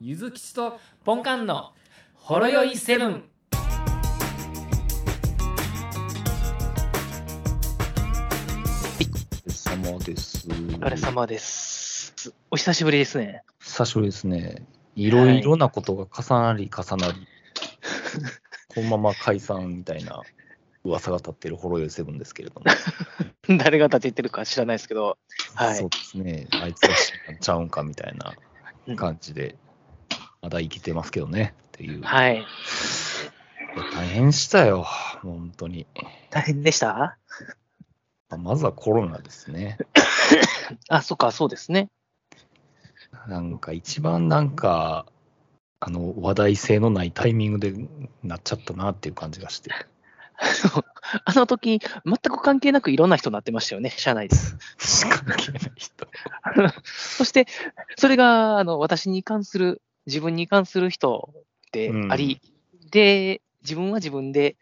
ゆずきちとポンカンのほろよいセブン。お疲れ様です。お疲れ様です。お久しぶりですね。 久しぶりですね。いろいろなことが重なり重な り、このまま解散みたいな噂が立ってるホロヨイセブンですけれども、誰が立ててるか知らないですけど、 はいそうですね。あいつは死んちゃうんかみたいな感じで、まだ生きてますけどねっていう。はい。大変したよ、本当に。大変でしたまずはコロナですね。あ、そっか、そうですね。 なんか一番なんか、あの話題性のないタイミングでなっちゃったなっていう感じがして。あの時、全く関係なくいろんな人になってましたよね、社内で。関係ない人。そして、それが、あの、私に関する、自分に関する人であり、で、自分は自分で、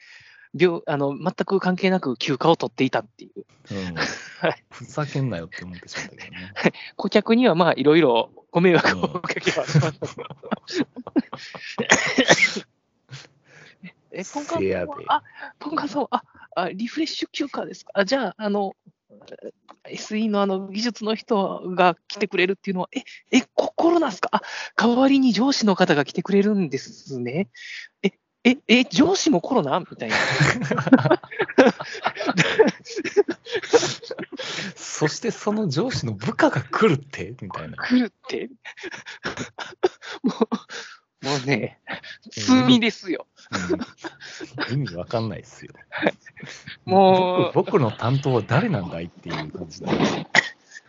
病あの全く関係なく休暇を取っていたっていう、うん、ふざけんなよって思ってしまったけどね。 顧客にはまあいろいろご迷惑をおかけはしましたけど え、ポンカンさせんやでは、あ、ポンカンさんは、あ、あリフレッシュ休暇ですか。あじゃあ、あの、SE のあの技術の人が来てくれるっていうのは、え、 え、こコロナですかあ、代わりに上司の方が来てくれるんですね。え、え、え、上司もコロナみたいな。そしてその上司の部下が来るってみたいな。来るって。 もう、もうね、罪ですよ。うん意味わかんないですよ。もう僕僕の担当は誰なんだいっていう感じだね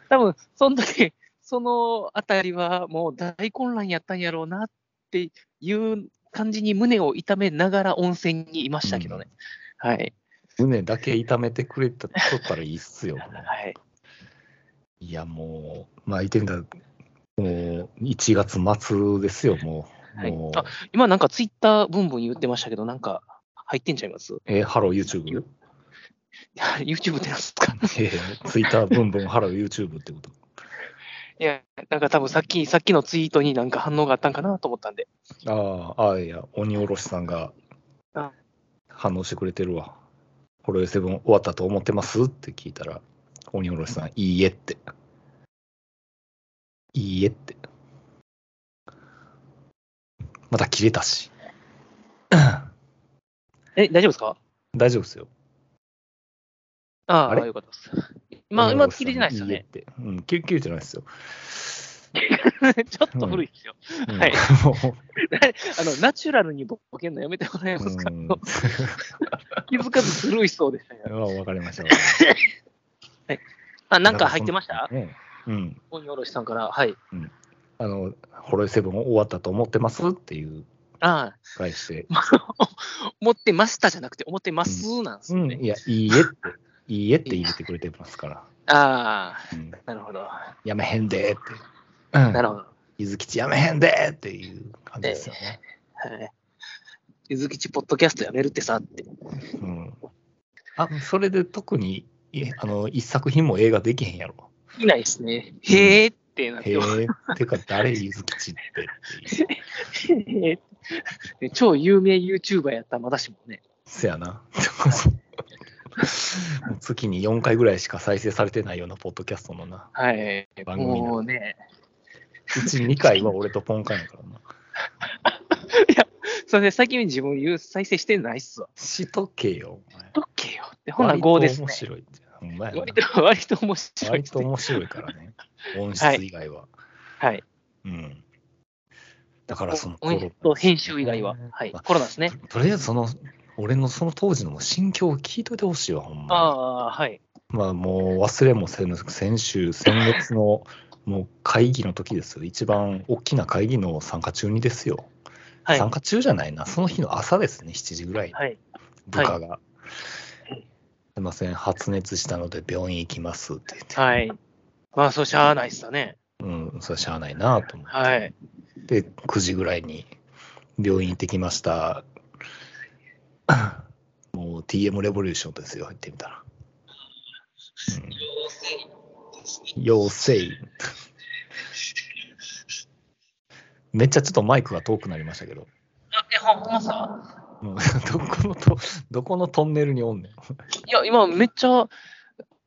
多分その時そのあたりはもう大混乱やったんやろうなっていう感じに胸を痛めながら温泉にいましたけどね。はい。胸だけ痛めてくれたとったらいいっすよ。もうはい。いやもう、まあ言ってみたら、もう1月末ですよ、もう。はいもうあ今なんかツイッターブンブン言ってましたけど、なんか入ってんちゃいます えーハロー YouTube? ?YouTube ってなんですか えー、Twitter ブンブンハロー YouTube ってこと。いや、なんか多分さっき、さっきのツイートになんか反応があったんかなと思ったんで。ああ、ああいや、鬼おろしさんがあ反応してくれてるわ。ホロヨイセブン終わったと思ってますって聞いたら、鬼おろしさん、いいえって。いいえって。また切れたし。え、大丈夫ですか大丈夫ですよ。ああ、あれよかったです。今、今切れてないですよ鬼ね。おろしさんいいえってうん、切れ切れてないですよ。 ちょっと古いですよ。うんはい もうあの、ナチュラルにボケんのやめてもらえますか、うん 気づかずずるいそうでしたよ。 まあわかりました。あ、なんか入ってましたねうん。鬼おろしさんから。はい。あの、ホロヨイセブン終わったと思ってますっていうあ返して、あ、思ってましたじゃなくて、思ってますなんですうよん、ね。いや、いいえって、 いいえって言ってくれてますから、ああ、うん、なるほど。やめへんでーって、うん、なるほど。ゆずきちやめへんでーっていう感じですよね。はい。ゆずきちポッドキャストやめるってさって。うん、あそれで特にいあの一作品も映画できへんやろ。いないですね。へえってなっへてます。え、てか誰ゆずきちってっていう。へえ ね超有名 YouTuber やった私もね。せやな。もう 月に4回ぐらいしか再生されてないようなポッドキャストのな。はい。番組のもうね、うち2回は俺とポンカンやからな。それで最近自分言う再生してないっすわ。しとけよ、お前。どっけよって。ほな、5ですね割。と面白いって。ほんまやな割と、割と面白い割ですとね。面白いからね、音質以外は。はい。うん、だからそのおえっと編集以外は、はい、まあコロナですね。ととりあえずその、俺のその当時の心境を聞いといてほしいわ、ほんあまあ、はい。に。まあもう忘れもせぬ、先週、先月のもう会議の時ですよ。一番大きな会議の参加中にですよ。はい。参加中じゃないな、その日の朝ですね、7時ぐらい、はい。部下が。すいません、発熱したので病院行きますって言って。はい。まあ、そうしゃあないっすよね。うん、それはしゃあないなと思って。はい。で、9時ぐらいに病院行ってきま した。もう TM レボリューションですよ、行ってみたら。うん、陽性。めっちゃちょっとマイクが遠くなりましたけど。あえ、ほほんまさうん どこのと、どこのトンネルにおんねん。いや、今めっちゃ、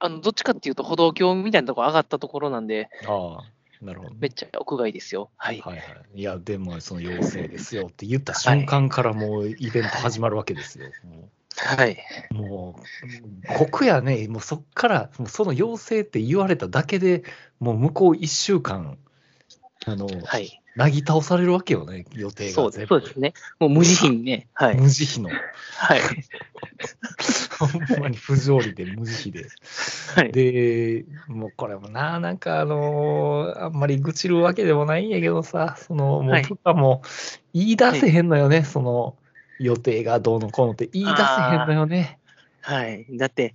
あの、どっちかっていうと歩道橋みたいなとこ上がったところなんで、ああ、なるほどね、めっちゃ屋外ですよ。はい。はいはい。いや、でも、その要請ですよって言った瞬間からもうイベント始まるわけですよ。もはい。う、もうここやね、もうそっから、もうその要請って言われただけでもう向こう1週間、あの、はい。なぎ倒されるわけよね、予定が。そうですそうですね。もう無慈悲にね。はい。無慈悲の、はい。ほんまに不条理で無慈悲で。はい。で、もうこれもな、なんかあのーあんまり愚痴るわけでもないんやけどさ、その、もはういとかも言い出せへんのよね、その予定がどうのこうのって言い出せへんのよね。はい。だって、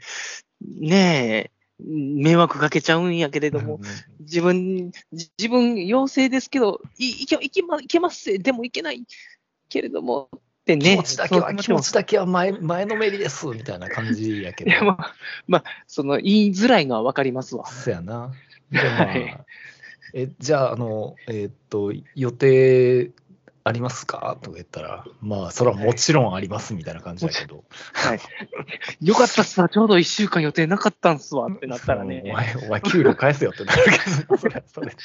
ねえ、迷惑かけちゃうんやけれども、う自分、じ自分、陽性ですけど、いいけいけまいけますせ、でもいけないけれども、ってんね。気持ちだけは、気持ち。ちだけは前前のめりです、みたいな感じやけいど。や、まあ、まあ、その、言いづらいのはわかりますわ。そ やな。でまあはいえじゃあ、あの、えーっと、予定ありますかとか言ったら、まあ、それはもちろんありますみたいな感じだけど、 はい。よかったっすわ、ちょうど1週間予定なかったんすわってなったらおね。前、お前、給料返せよってなるけど、それはそれ。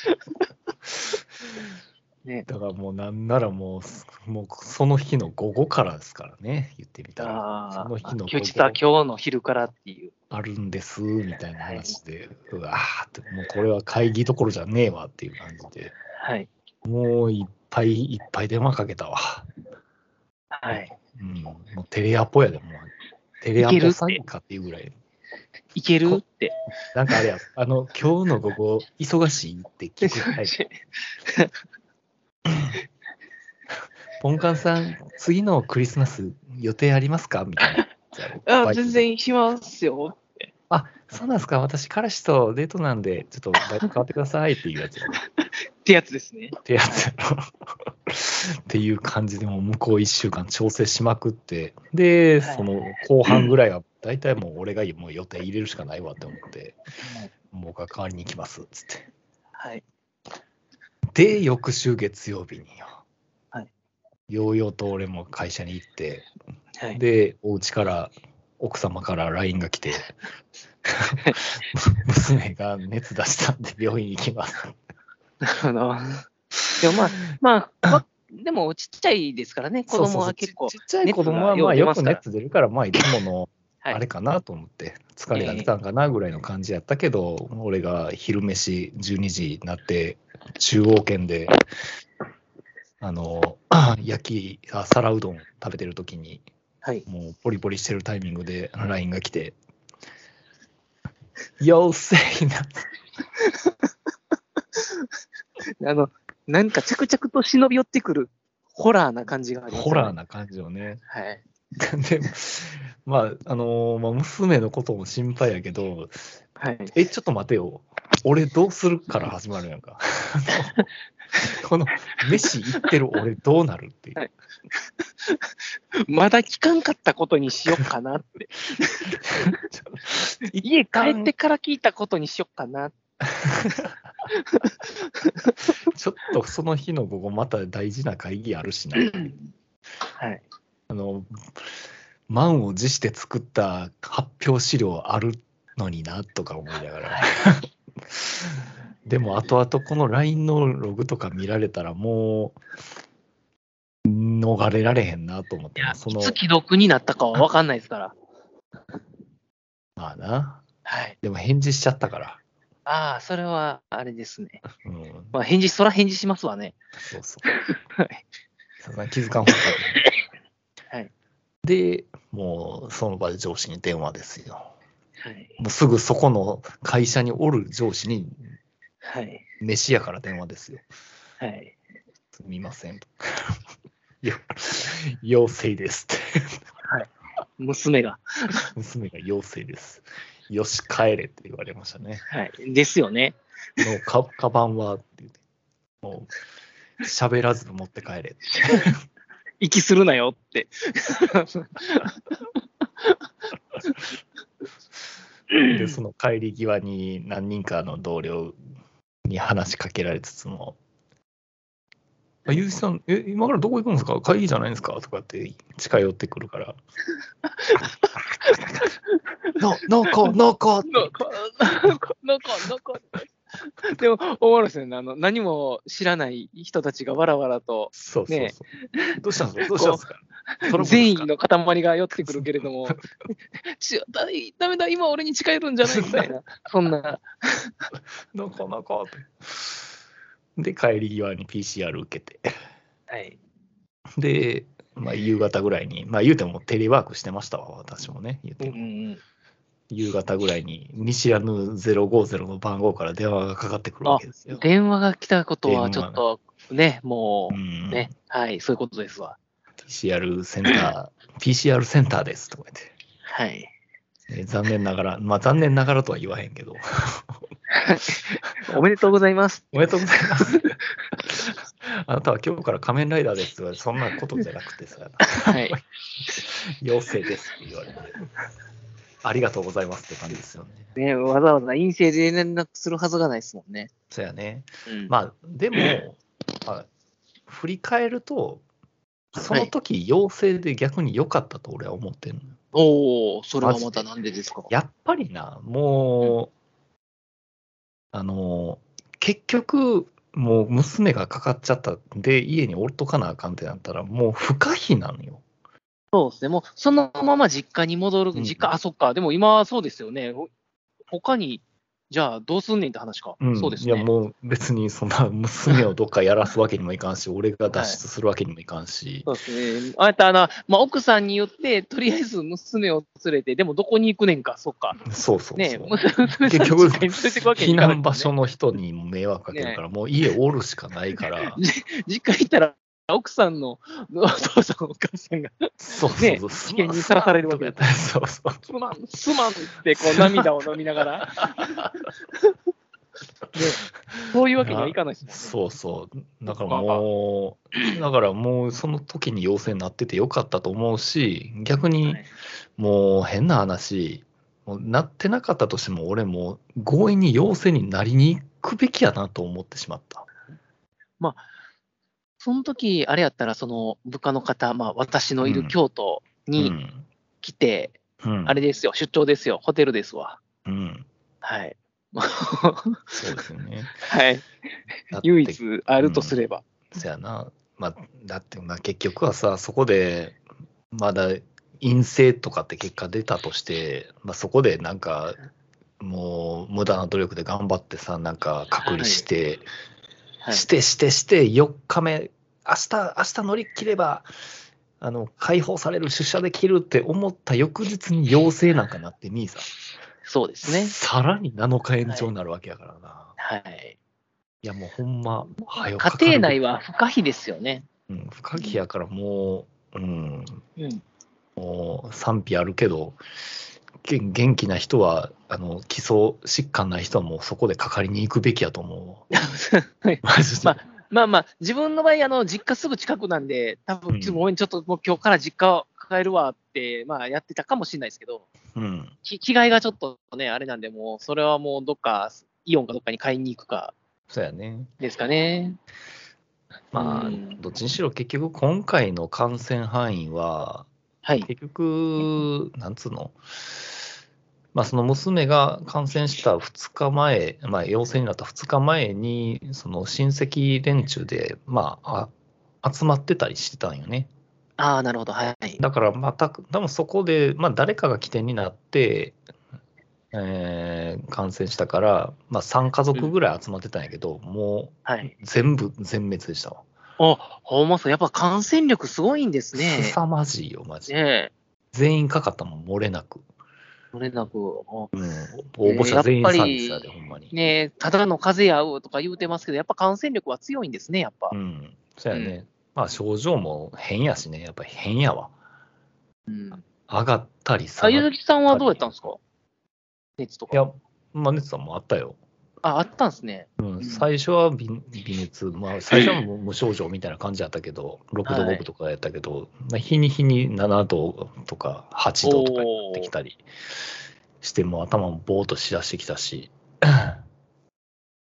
ねだからもう、なんならもう、もうその日の午後からですからね、言ってみたら、あそのー日あの午後今日実は今日の昼からっていう。あるんです、みたいな話で、うわーって、もうこれは会議どころじゃねえわっていう感じで、はい。もういっぱいいっぱい電話かけたわ。はい。うん、もうテレアポやで、もう。テレアいけるポってさんかっていうぐらい。いけるって。なんかあれや、あの、今日の午後、忙しいって聞くタイプ。ポンカンさん、次のクリスマス予定ありますかみたいな。 あ全。然しますよ。あ、そうなんですか。私、彼氏とデートなんで、ちょっとバイト変わってくださいっていうやつやね。ってやつですね。ってやつやろ。 っていう感じで、もう向こう1週間調整しまくって、で、はいその後半ぐらいは、大体もう俺がもう予定入れるしかないわって思って、もう僕は代わりに行きますっつって。はい。で、翌週月曜日によ。はいようようと俺も会社に行って、はい。で、お家から、奥様から LINE が来て、 娘が熱出したんで病院行きます。 あの、でもまあ、ま あ、まあ、でもちっちゃいですからね、子そう供そうそうは結構ち。ちっちゃい子供は、熱がまようあ、出よまくすから熱出るから、まあ、いつもの、はいあれかなと思って、疲れが出たんかなぐらいの感じやったけど、俺が昼飯12時になって、中央圏で、あの、 焼き、あ皿うどん食べてる時に、はい。もうポリポリしてるタイミングで LINE が来て、陽性になった。あの、なんか着々と忍び寄ってくるホラーな感じがあります、ホラー。な感じよね。 はい。でも、まあ、あのまあ、娘のことも心配やけど、はい。え、ちょっと待てよ。俺どうするから始まるや んか。あのこの、飯行ってる俺どうなるっていう。はいまだ聞かんかったことにしよっかな って。家帰ってから聞いたことにしよっかな。ちょっとその日の午後、また大事な会議あるしな。はい。あの、満を持して作った発表資料あるのにな、とか思いながら。 でも、後々この LINE のログとか見られたら、もう、逃れられへんなと思ってい、や、そいのつ、既読になったかは分かんないですから。まあな。 はい。でも返事しちゃったから。ああ、それは、あれですね。うん、まあ、返事、そら返事しますわね。そうそ はい。う。さすがに気づかんかった。 はい。で、もうその場で上司に電話ですよ。はい。もうすぐそこの会社におる上司にはい。飯やから電話ですよ。はい。すみませ ん。よ陽性ですって。 娘が。娘が陽性です。よし、帰れって言われましたね。はい。ですよね。のか、カバンはって言って。もう、喋らず持って帰れって。息するなよ って。で、その帰り際に何人かの同僚に話しかけられつつも、あゆうじさん、え、今からどこ行くんですか会議じゃないんですかとかって近寄ってく るから。ノノーコー、ノーコーなんか、なんか、なんか、なんか。でも、おもろいですよね。あの、何も知らない人たちがわらわらと、そうそうねそう。どうしたんですかどうしたんですかトラブルですか善意の塊が寄ってくるけれど も、ちだだめだ、今俺に近寄るんじゃないみたいな、 そんな、ノーコー、ノーコーって。で、帰り際に PCR 受けて。はい、で、まあ、夕方ぐらいに、まあ、言うてもテレワークしてましたわ、私もね。言ううてんもうん夕方ぐらいに、見知らぬ050の番号から電話がかかってくるわけですうん。よ。電話が来たことは、ちょっと、ね、もうう、んね、はい、そういうことですわ。 PCR センター、PCR センターですとか言ってはい。えー。残念ながら、まあ残念ながらとは言わへんけど、 おめでとうございます。おめでとうございます。 あなたは今日から仮面ライダーですとか、そんなことじゃなく てさ、はい。陽性ですって言われて、ありがとうございますって感じですよね。ね、わざわざ陰性で連絡するはずがないですもんね。そうやね。うんまあ、でも、まあ、振り返ると、その時陽性で逆に良かったと俺は思ってるのよ。おお、それはまたなんでですか。やっぱりな、もう、あの、結局、もう娘がかかっちゃったんで、家におっとかなあかんってなったら、もう不可避なのよ。そうですね、もうそのまま実家に戻る、うん実家、あ、そっか、でも今はそうですよね。ほ他に、じゃあどうすんねんって話か。ん、そうですいや、ね。もう別にそんな娘をどっかやらすわけにもいかんし、俺が脱出するわけにもいかんし、そうですね。あえたな、まあ、奥さんに言って、とりあえず娘を連れて、でもどこに行くねんか、そっか。そうそうそう。ね娘さん結実局、家に連れてくわけ避にいかない、難場所。の人にも迷惑かけるから、もう家おるしかないから、実家行ったら、奥さんのお父さん、お母さんが、そうそうそう。危険にさらされるわけだから。そうそう。すまん、すまんって、こう涙を飲みなが ら。ね、そういうわけにはいかないですもんね。そうそう。だからまあまあもう、だからもうその時に陽性になっててよかったと思うし、逆にはいもう変な話、もうなってなかったとしても俺もう強引に陽性になりに行くべきやなと思ってしまった。その時あれやったら、その部下の方、まあ、私のいうるん京都うにん。来て、うん、あれですよ、出張ですよ、ホテルですわ。うん。 はい。はそうですよね。い。だって唯一あるとすれば。そやな、まあ、だってまあ結局はさ、そこでまだ陰性とかって結果出たとして、まあ、そこでなんか、もう無駄な努力で頑張ってさ、なんか隔離して、はいしてしてして、4日目、明日明日乗り切れば、あの解放される、出社できるって思った翌日に陽性なんかなって、兄さん、そうですね。さらに7日延長になるわけやからな。はい。い、や、もうほんま、早くか家かるべ庭き内は不可避ですよね。うん、不可避やからもう、うん、うん。もう賛否あるけど、げ元気な人は、あの基礎疾患ない人はもうそこでかかりに行くべきやと思 う。マジでまあまあまあ、自分の場合、あの、実家すぐ近くなんで、多う分、んちょっとごめんちょっともう今日から実家帰るわって、まあ、やってたかもしれないですけど、うん、き着替えがちょっとね、あれなんで、もう、それはもう、どっか、イオンかどっかに買いに行くか、そうやね。ですかね。まあ、うんどっちにしろ結局今回の感染範囲は、はい。結局、なんつうの、まあ、その娘が感染した2日前、まあ、陽性になった2日前に、その親戚連中で、まあ、あ集まってたりしてたんよね。ああ、なるほど。はい。だから、また、多分そこで、まあ、誰かが起点になって、えー感染したから、まあ、3家族ぐらい集まってたんやけど、もはい。う全部全滅でしたわ。お、ほんまそう。やっぱ感染力すごいんですね。凄まじいよ、マジで。ねえ。全員かかったもん、漏れなく。漏れなく。おうん、応募者全員やっぱりサービスやで、ほんまに。ねえ、ただの風邪やうとか言うてますけど、やっぱ感染力は強いんですね、やっぱう。ん、そうやね。うまあ症状も変やしね、やっぱり変やわ。うん。上がったり下あ、がゆっずきさんはどうやったんですか熱といか。や、まあ熱さんもあったよ。あ、あったんですね。うん、最初は微微熱、まあ最初はもう無症状みたいな感じやったけど、6度はい5とかやったけど、まあ日に日に7度とか8度とかになってきたりして、もう頭もぼーっとしだしてきたし、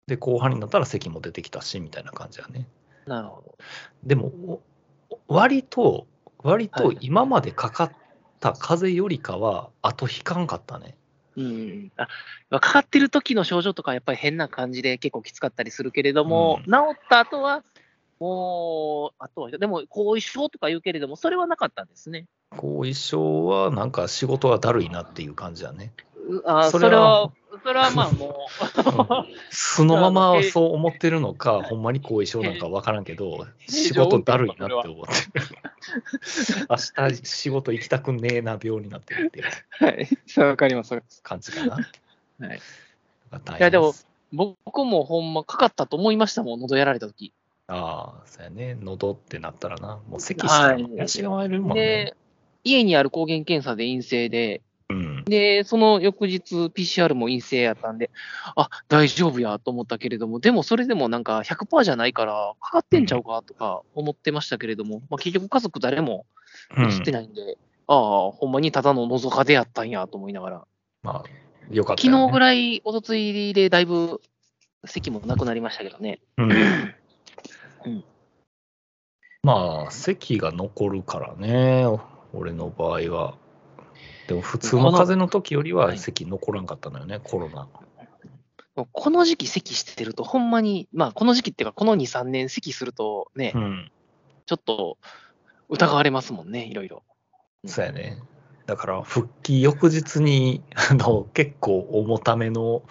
で、後半になったら咳も出てきたし、みたいな感じやね。なるほど。でも、お割と、割とはい今までかかった風邪よりかは、後引かんかったね。うん、あまあかかってる時の症状とかはやっぱり変な感じで結構きつかったりするけれども、うん治った後は、もう、あとは、でも後遺症とか言うけれども、それはなかったんですね。後遺症は、なんか仕事はだるいなっていう感じだね。うあそそれれはは、それはまあもう、素のままそう思ってるのか、ほんまに後遺症なんかわからんけど、 仕事だるいなって思ってる。 明日仕事行きたくねえな病になってるっていう はい、それわかります、感じかな。はい、なんか大変すいやでも、僕もほんまかかったと思いましたもん、喉やられた時ああ、そうやね。喉ってなったらな。もう咳したらはい間違われるもんね。で、家にある抗原検査で陰性で、うん。で、その翌日 PCR も陰性やったんで、あ、大丈夫やと思ったけれども、でもそれでもなんか100%じゃないから、かかってんちゃうかとか思ってましたけれども、まあ、結局家族誰もうん映ってないんで、ああ、ほんまにただののぞかでやったんやと思いながら、まあ、よかった昨よね、日ぐらい、おとついでだいぶ席もなくなりましたけどね。ううんん。まあ、咳が残るからね。俺の場合は。でも、普通の風邪の時よりこはの咳残らんかったのよね、コロナ。この時期席してると、ほんまに、まあこの時期っていうか、この2、3年席するとね、うん。ちょっと疑われますもんね、いろいろ。そうやね。だから、復帰翌日に、 あの、結構重ための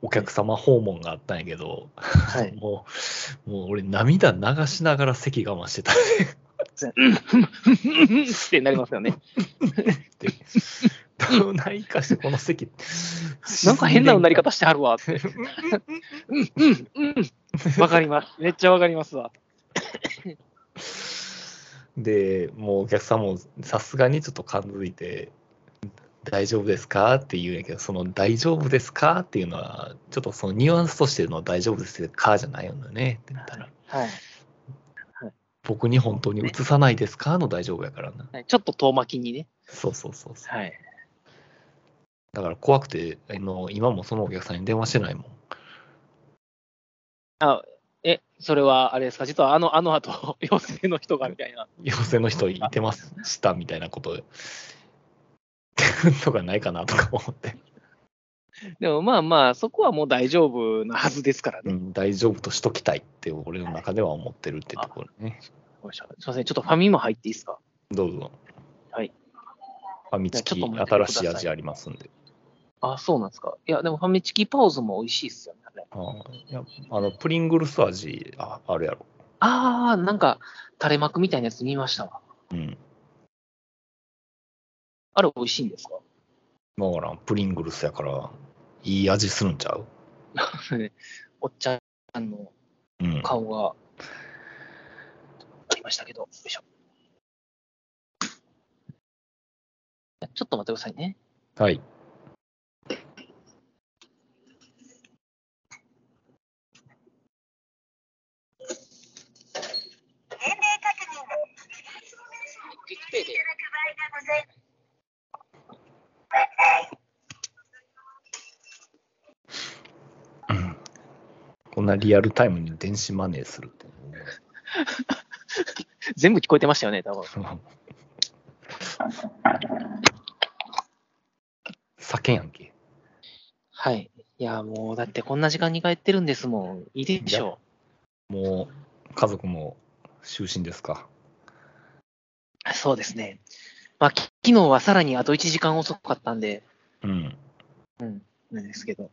お客様訪問があったんやけど、はい。もう、もう俺、涙流しながら咳我慢してた。ってなりますよね。 って、どう ないかして、この席、 なんか変なうなり方。方してはるわって。うんうんうん。わかります。めっちゃわかりますわ。で、もうお客さんもさすがにちょっと感づいて、大丈夫ですかって言うんやけど、その大丈夫ですかっていうのは、ちょっとそのニュアンスとしての大丈夫ですかじゃないのよねって言ったら、はい。僕に本当に移さないですかの大丈夫やからな。はい、ちょっと遠巻きにね。そうそうそうそう。はい。だから怖くて、あの今もそのお客さんに電話してないもん。え、それはあれですか実はあの、あの後、陽性の人がみたいな。陽性の人いてましたみたいなこと とかないかなとか思って、でもまあまあ、そこはもう大丈夫なはずですからうね。ん、大丈夫としときたいって俺の中では思ってるってところね。よいしょすいません。ちょっとファミマ入っていいですかどうぞ。はい。ファミチキじゃあちょっと待ってくださ新しいい味ありますんで。あ、そうなんですか。いや、でもファミチキパオズも美味しいっすよね。あれあーいやあのプリングルス味ああるやろ。あー、なんか、垂れ幕みたいなやつ見ましたわ。うん。あれ美味しいんですかだからプリングルスやからいい味するんちゃうおっちゃんのうん。顔が出ましたけど、よいしょ。ちょっと待ってくださいね。はい。年齢確認のウィキペディアございます。うんこんなリアルタイムに電子マネーするって。 全部聞こえてましたよね、多分。酒やんけ。はい。いや、もう、だってこんな時間に帰ってるんですもん。いいでしょもう家族も就寝ですか。う。そうですね。まあ、き昨日はさらにあと1時間遅かったんで、うん。なんですけど。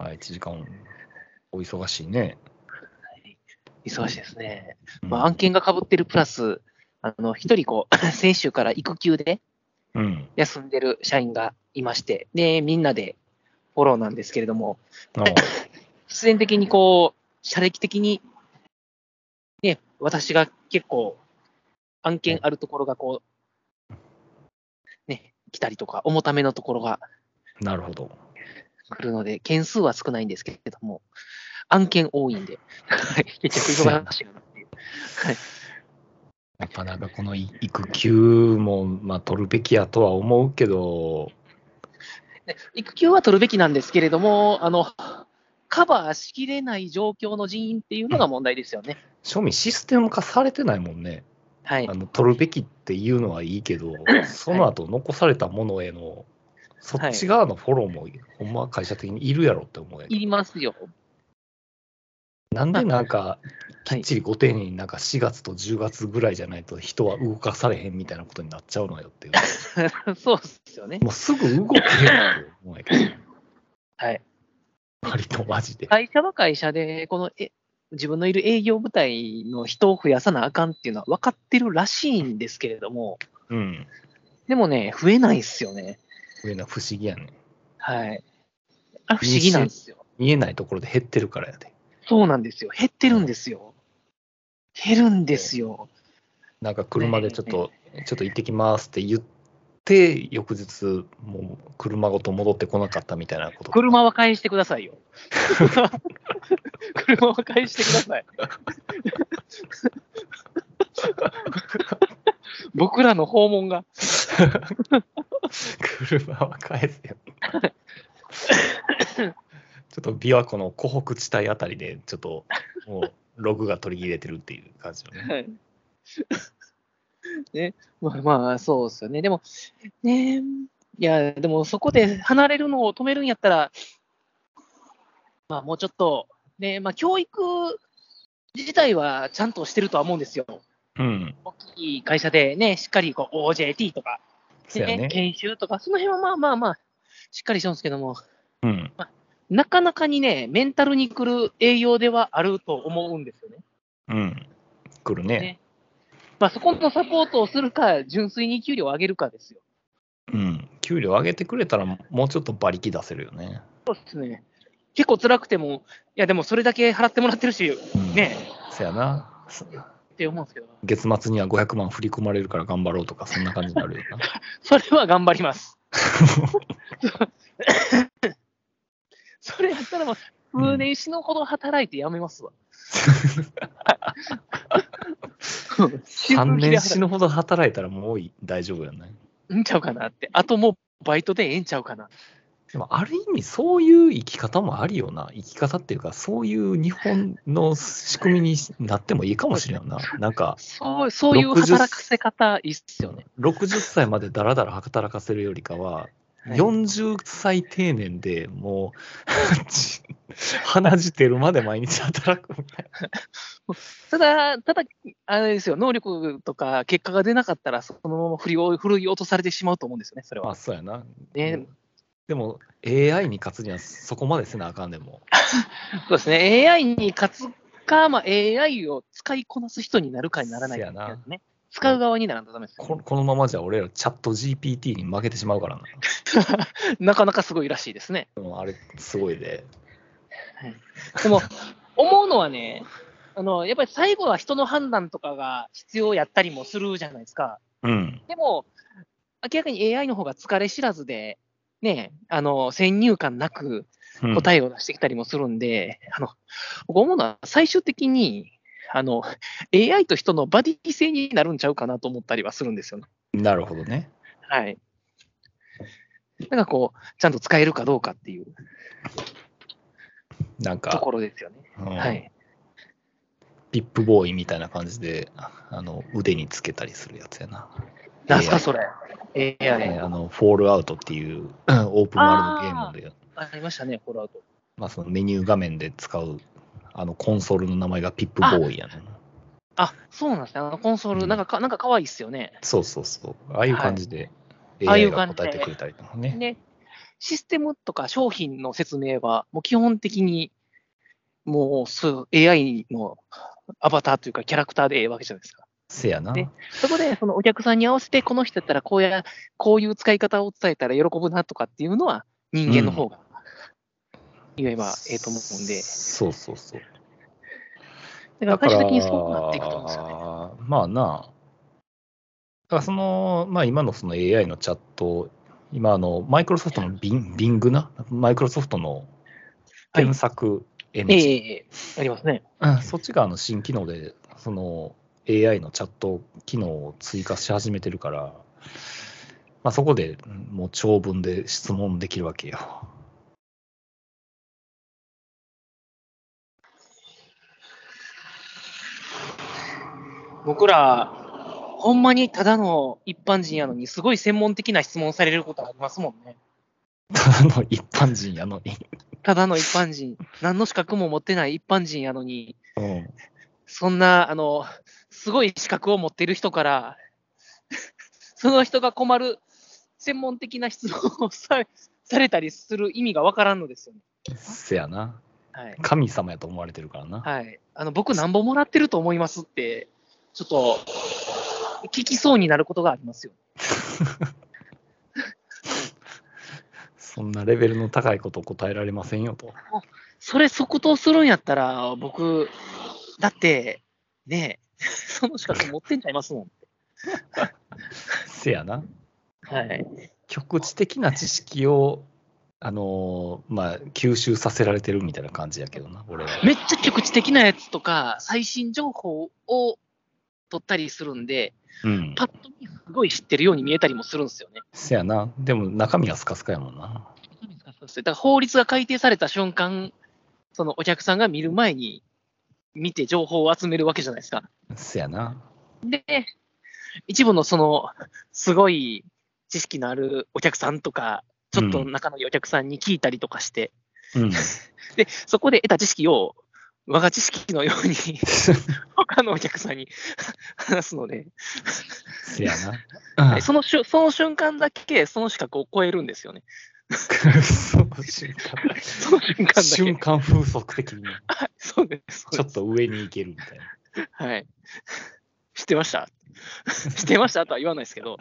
あ1時間お忙しいね。忙しいですね。うんまあ、案件が被ってるプラス、あの、一人こう、 先週から育休で、うん。休んでる社員がいまして、で、みんなでフォローなんですけれども、あ必然的にこう、社歴的に、ね、私が結構、案件あるところがこう、ね、来たりとか、重ためのところがなるほど。来るので、件数は少ないんですけれども、案件多いんで、 はい結局忙しいなっていう。なかなかこのい育休も、まあ、取るべきやとは思うけど、で育休は取るべきなんですけれども、あの、カバーしきれない状況の人員っていうのが問題ですよね。庶民システム化されてないもんね。はいあ。の取るべきっていうのはいいけど、その後残されたものへの、そっち側のフォローも、ほんまは会社的にいるやろって思うやんいりますよ。なんでなんか、きはっいちりご丁寧になんか4月と10月ぐらいじゃないと人は動かされへんみたいなことになっちゃうのよっ ていう。そうですよね。もうすぐ動けへんって思うんやけど、はい。割とマジで。会社は会社で、このえ自分のいる営業部隊の人を増やさなあかんっていうのは分かってるらしいんですけれども、うん。でもね、増えないっすよね。上の不思議やねん。はい。あれ不思議なんですよ。見えないところで減ってるからやで。そうなんですよ。減ってるんですよ。減るんですよ。なんか車でちょっと、ちょっと行ってきますって言って、翌日、もう車ごと戻ってこなかったみたいなこと。車は返してください よ。車は返してくだ さい。僕らの訪問が。車は返せよ。 ちょっと琵琶湖の湖北地帯あたりで、ちょっともうログが取り入れてるっていう感じよね。はい ね、まあまあ、そうですよね。でも、ね、いや、でもそこで離れるのを止めるんやったら、まあもうちょっと、ね、まあ教育自体はちゃんとしてるとは思うんですよ。うん。大きい会社でね、しっかりこう OJT とか、そうねやね。研修とか、その辺はまあまあまあ、しっかりしてるんですけども、うん。なかなかにね、メンタルにくる栄養ではあると思うんですよね。うん。来るね。ねまあ、そこのサポートをするか、純粋に給料を上げるかですよ。うん。給料上げてくれたら、もうちょっと馬力出せるよね。そうですね。結構辛くても、いや、でもそれだけ払ってもらってるし、うん、。ねそやな。そって思うんですけど、月末には500万振り込まれるから頑張ろうとか、そんな感じになるよ な。それは頑張ります。それやったらもう、うん数年死ぬほど働いてやめますわ。 3 3年死ぬほど働いたらもう大丈夫やね。んちゃうかなって。あともうバイトでええんちゃうかな。でもある意味そういう生き方もありよな。生き方っていうか、そういう日本の仕組みになってもいいかもしれんよな。なんか、そうそういう働かせ方、いいっすよね。 60歳までだらだら働かせるよりかは、はい40歳定年でもう、ち鼻血出るまで毎日働くみたいな。ただ、ただ、あれですよ、能力とか結果が出なかったら、そのまま振りを振り落とされてしまうと思うんですよね、それ まは。あ、そうやな。ね、でも、AI に勝つにはそこまでせなあかんでも。そうですね、AI に勝つか、まあ、AI を使いこなす人になるかにならないかせやなですね。使う側にならんとダメですよね、ここのままじゃ俺らチャット GPT に負けてしまうからな。なかなかすごいらしいですね。でもあれ、すごいで。でも、 思うのはね、あのやっぱり最後は人の判断とかが必要やったりもするじゃないですか。うん。でも、明らかに AI の方が疲れ知らずで、ね、あの先入観なく、答えを出してきたりもするんで、あの僕思うのは、最終的にあの AI と人のバディ性になるんちゃうかなと思ったりはするんですよね。え。なるほどね。はい。なんかこう、ちゃんと使えるかどうかっていうなんとか、ころですよね。うんはい。ピップボーイみたいな感じで、あの腕につけたりするやつやな。なんすか、それ。え AI。ーあの、フォールアウトっていうオープンワールドゲームで、ありましたね、フォローアウト。まあ、そのメニュー画面で使う、あの、コンソールの名前がピップボーイやねんな。あ、そうなんですね。あのコンソーうル、んなんかか、なんか可愛いっすよね。そうそうそう。ああいう感じで、ああい AI うが感じで答えてくれたりとかね。ね、システムとか商品の説明は、もう基本的に、もうそう AI のアバターというかキャラクターでええわけじゃないですか。せやな。ねそこで、そのお客さんに合わせて、この人だったらこうや、こういう使い方を伝えたら喜ぶなとかっていうのは、人間の方が言えばええと思うんで、そうそうそう。だから最終的にそうなっていくと思うんですよね。まあなあ。だからその、まあ今のその AI のチャット、今あの、マイクロソフトのビンビングな、マイクロソフトのはい検索エンえジン、えええええありますね。うんそっちがあの新機能で、その AI のチャット機能を追加し始めてるから、まあそこでうん もう長文で質問できるわけよ。僕ら、ほんまにただの一般人やのに、すごい専門的な質問されることありますもんね。ただの一般人やのに。ただの一般人、何の資格も持ってない一般人やのに、うん。そんな、あの、すごい資格を持ってる人から、 その人が困る専門的な質問をさされた りする意味がわからんのですよね。せやな。はい。神様やと思われてるからな。はい。あの、僕なんぼもらってると思いますって、ちょっと、聞きそうになることがありますよ。そんなレベルの高いこと答えられません よと。それ即答するんやったら、僕、だって、ねえ、 その資格持ってんちゃいますもん。せやな。はい。局地的な知識を、あのーまあ、吸収させられてるみたいな感じやけどな、俺は。めっちゃ局地的なやつとか、最新情報を取ったりするんで、うん。パッと見すごい知ってるように見えたりもするんですよね。せやな。でも中身はスカスカやもんな。だから法律が改定された瞬間、そのお客さんが見る前に見て情報を集めるわけじゃないですか。せやな。で、一部のその、すごい知識のあるお客さんとか、ちょっと仲のいいお客さんに聞いたりとかして、 うん。で、そこで得た知識を、我が知識のように 他のお客さんに 話すので、せやな。 はいその瞬その瞬間だけ、その資格を超えるんですよね。その瞬間。その瞬間だけ。瞬間風速的に そうです。そうちょですっと上に行けるみたいな。はい。 知ってました 知ってましたとは言わないですけ ど、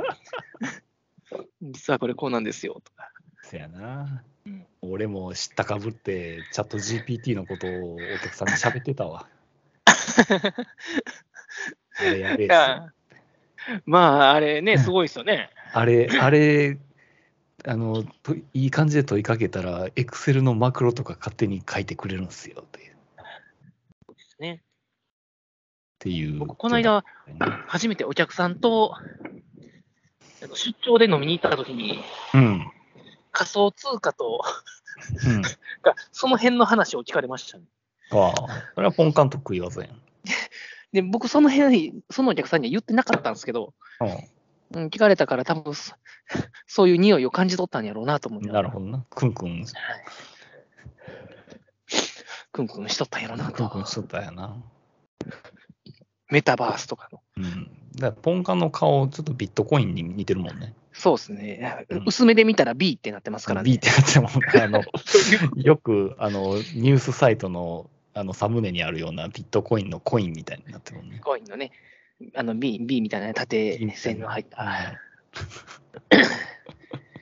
実はこれこうなんですよとか。せやなうん。俺も知ったかぶってチャット GPT のことをお客さんに喋って たわ。あれやべいえっすよやまあ、あれね、すごいですよね。あれ、あれ、あの、といい感じで問いかけたら、エクセルのマクロとか勝手に書いてくれるんですよっていう。ねっていう。僕、この間、初めてお客さんとあの出張で飲みに行った時に、うん。うん。仮想通貨とか、その辺の話を聞かれましたね。ああ、それはポンカン得意技やん。で、僕、その辺、そのお客さんには言ってなかったんですけど、ううん、聞かれたから、多分そそういう匂いを感じ取ったんやろうなと思っん。て。なるほどな。くんくん、はい。クンクンしとったんやろなくんくとん。しとったんやな。メタバースとかの。うん。だからポンカンの顔、ちょっとビットコインに似てるもんね。そうですねうん。薄めで見たら B ってなってますからね。ビーってなってるもんね。あの、よく、あの、ニュースサイトの、あの、サムネにあるようなビットコインのコインみたいになってるもんね。コインのね、あの B, B みたいな縦線の入った。はい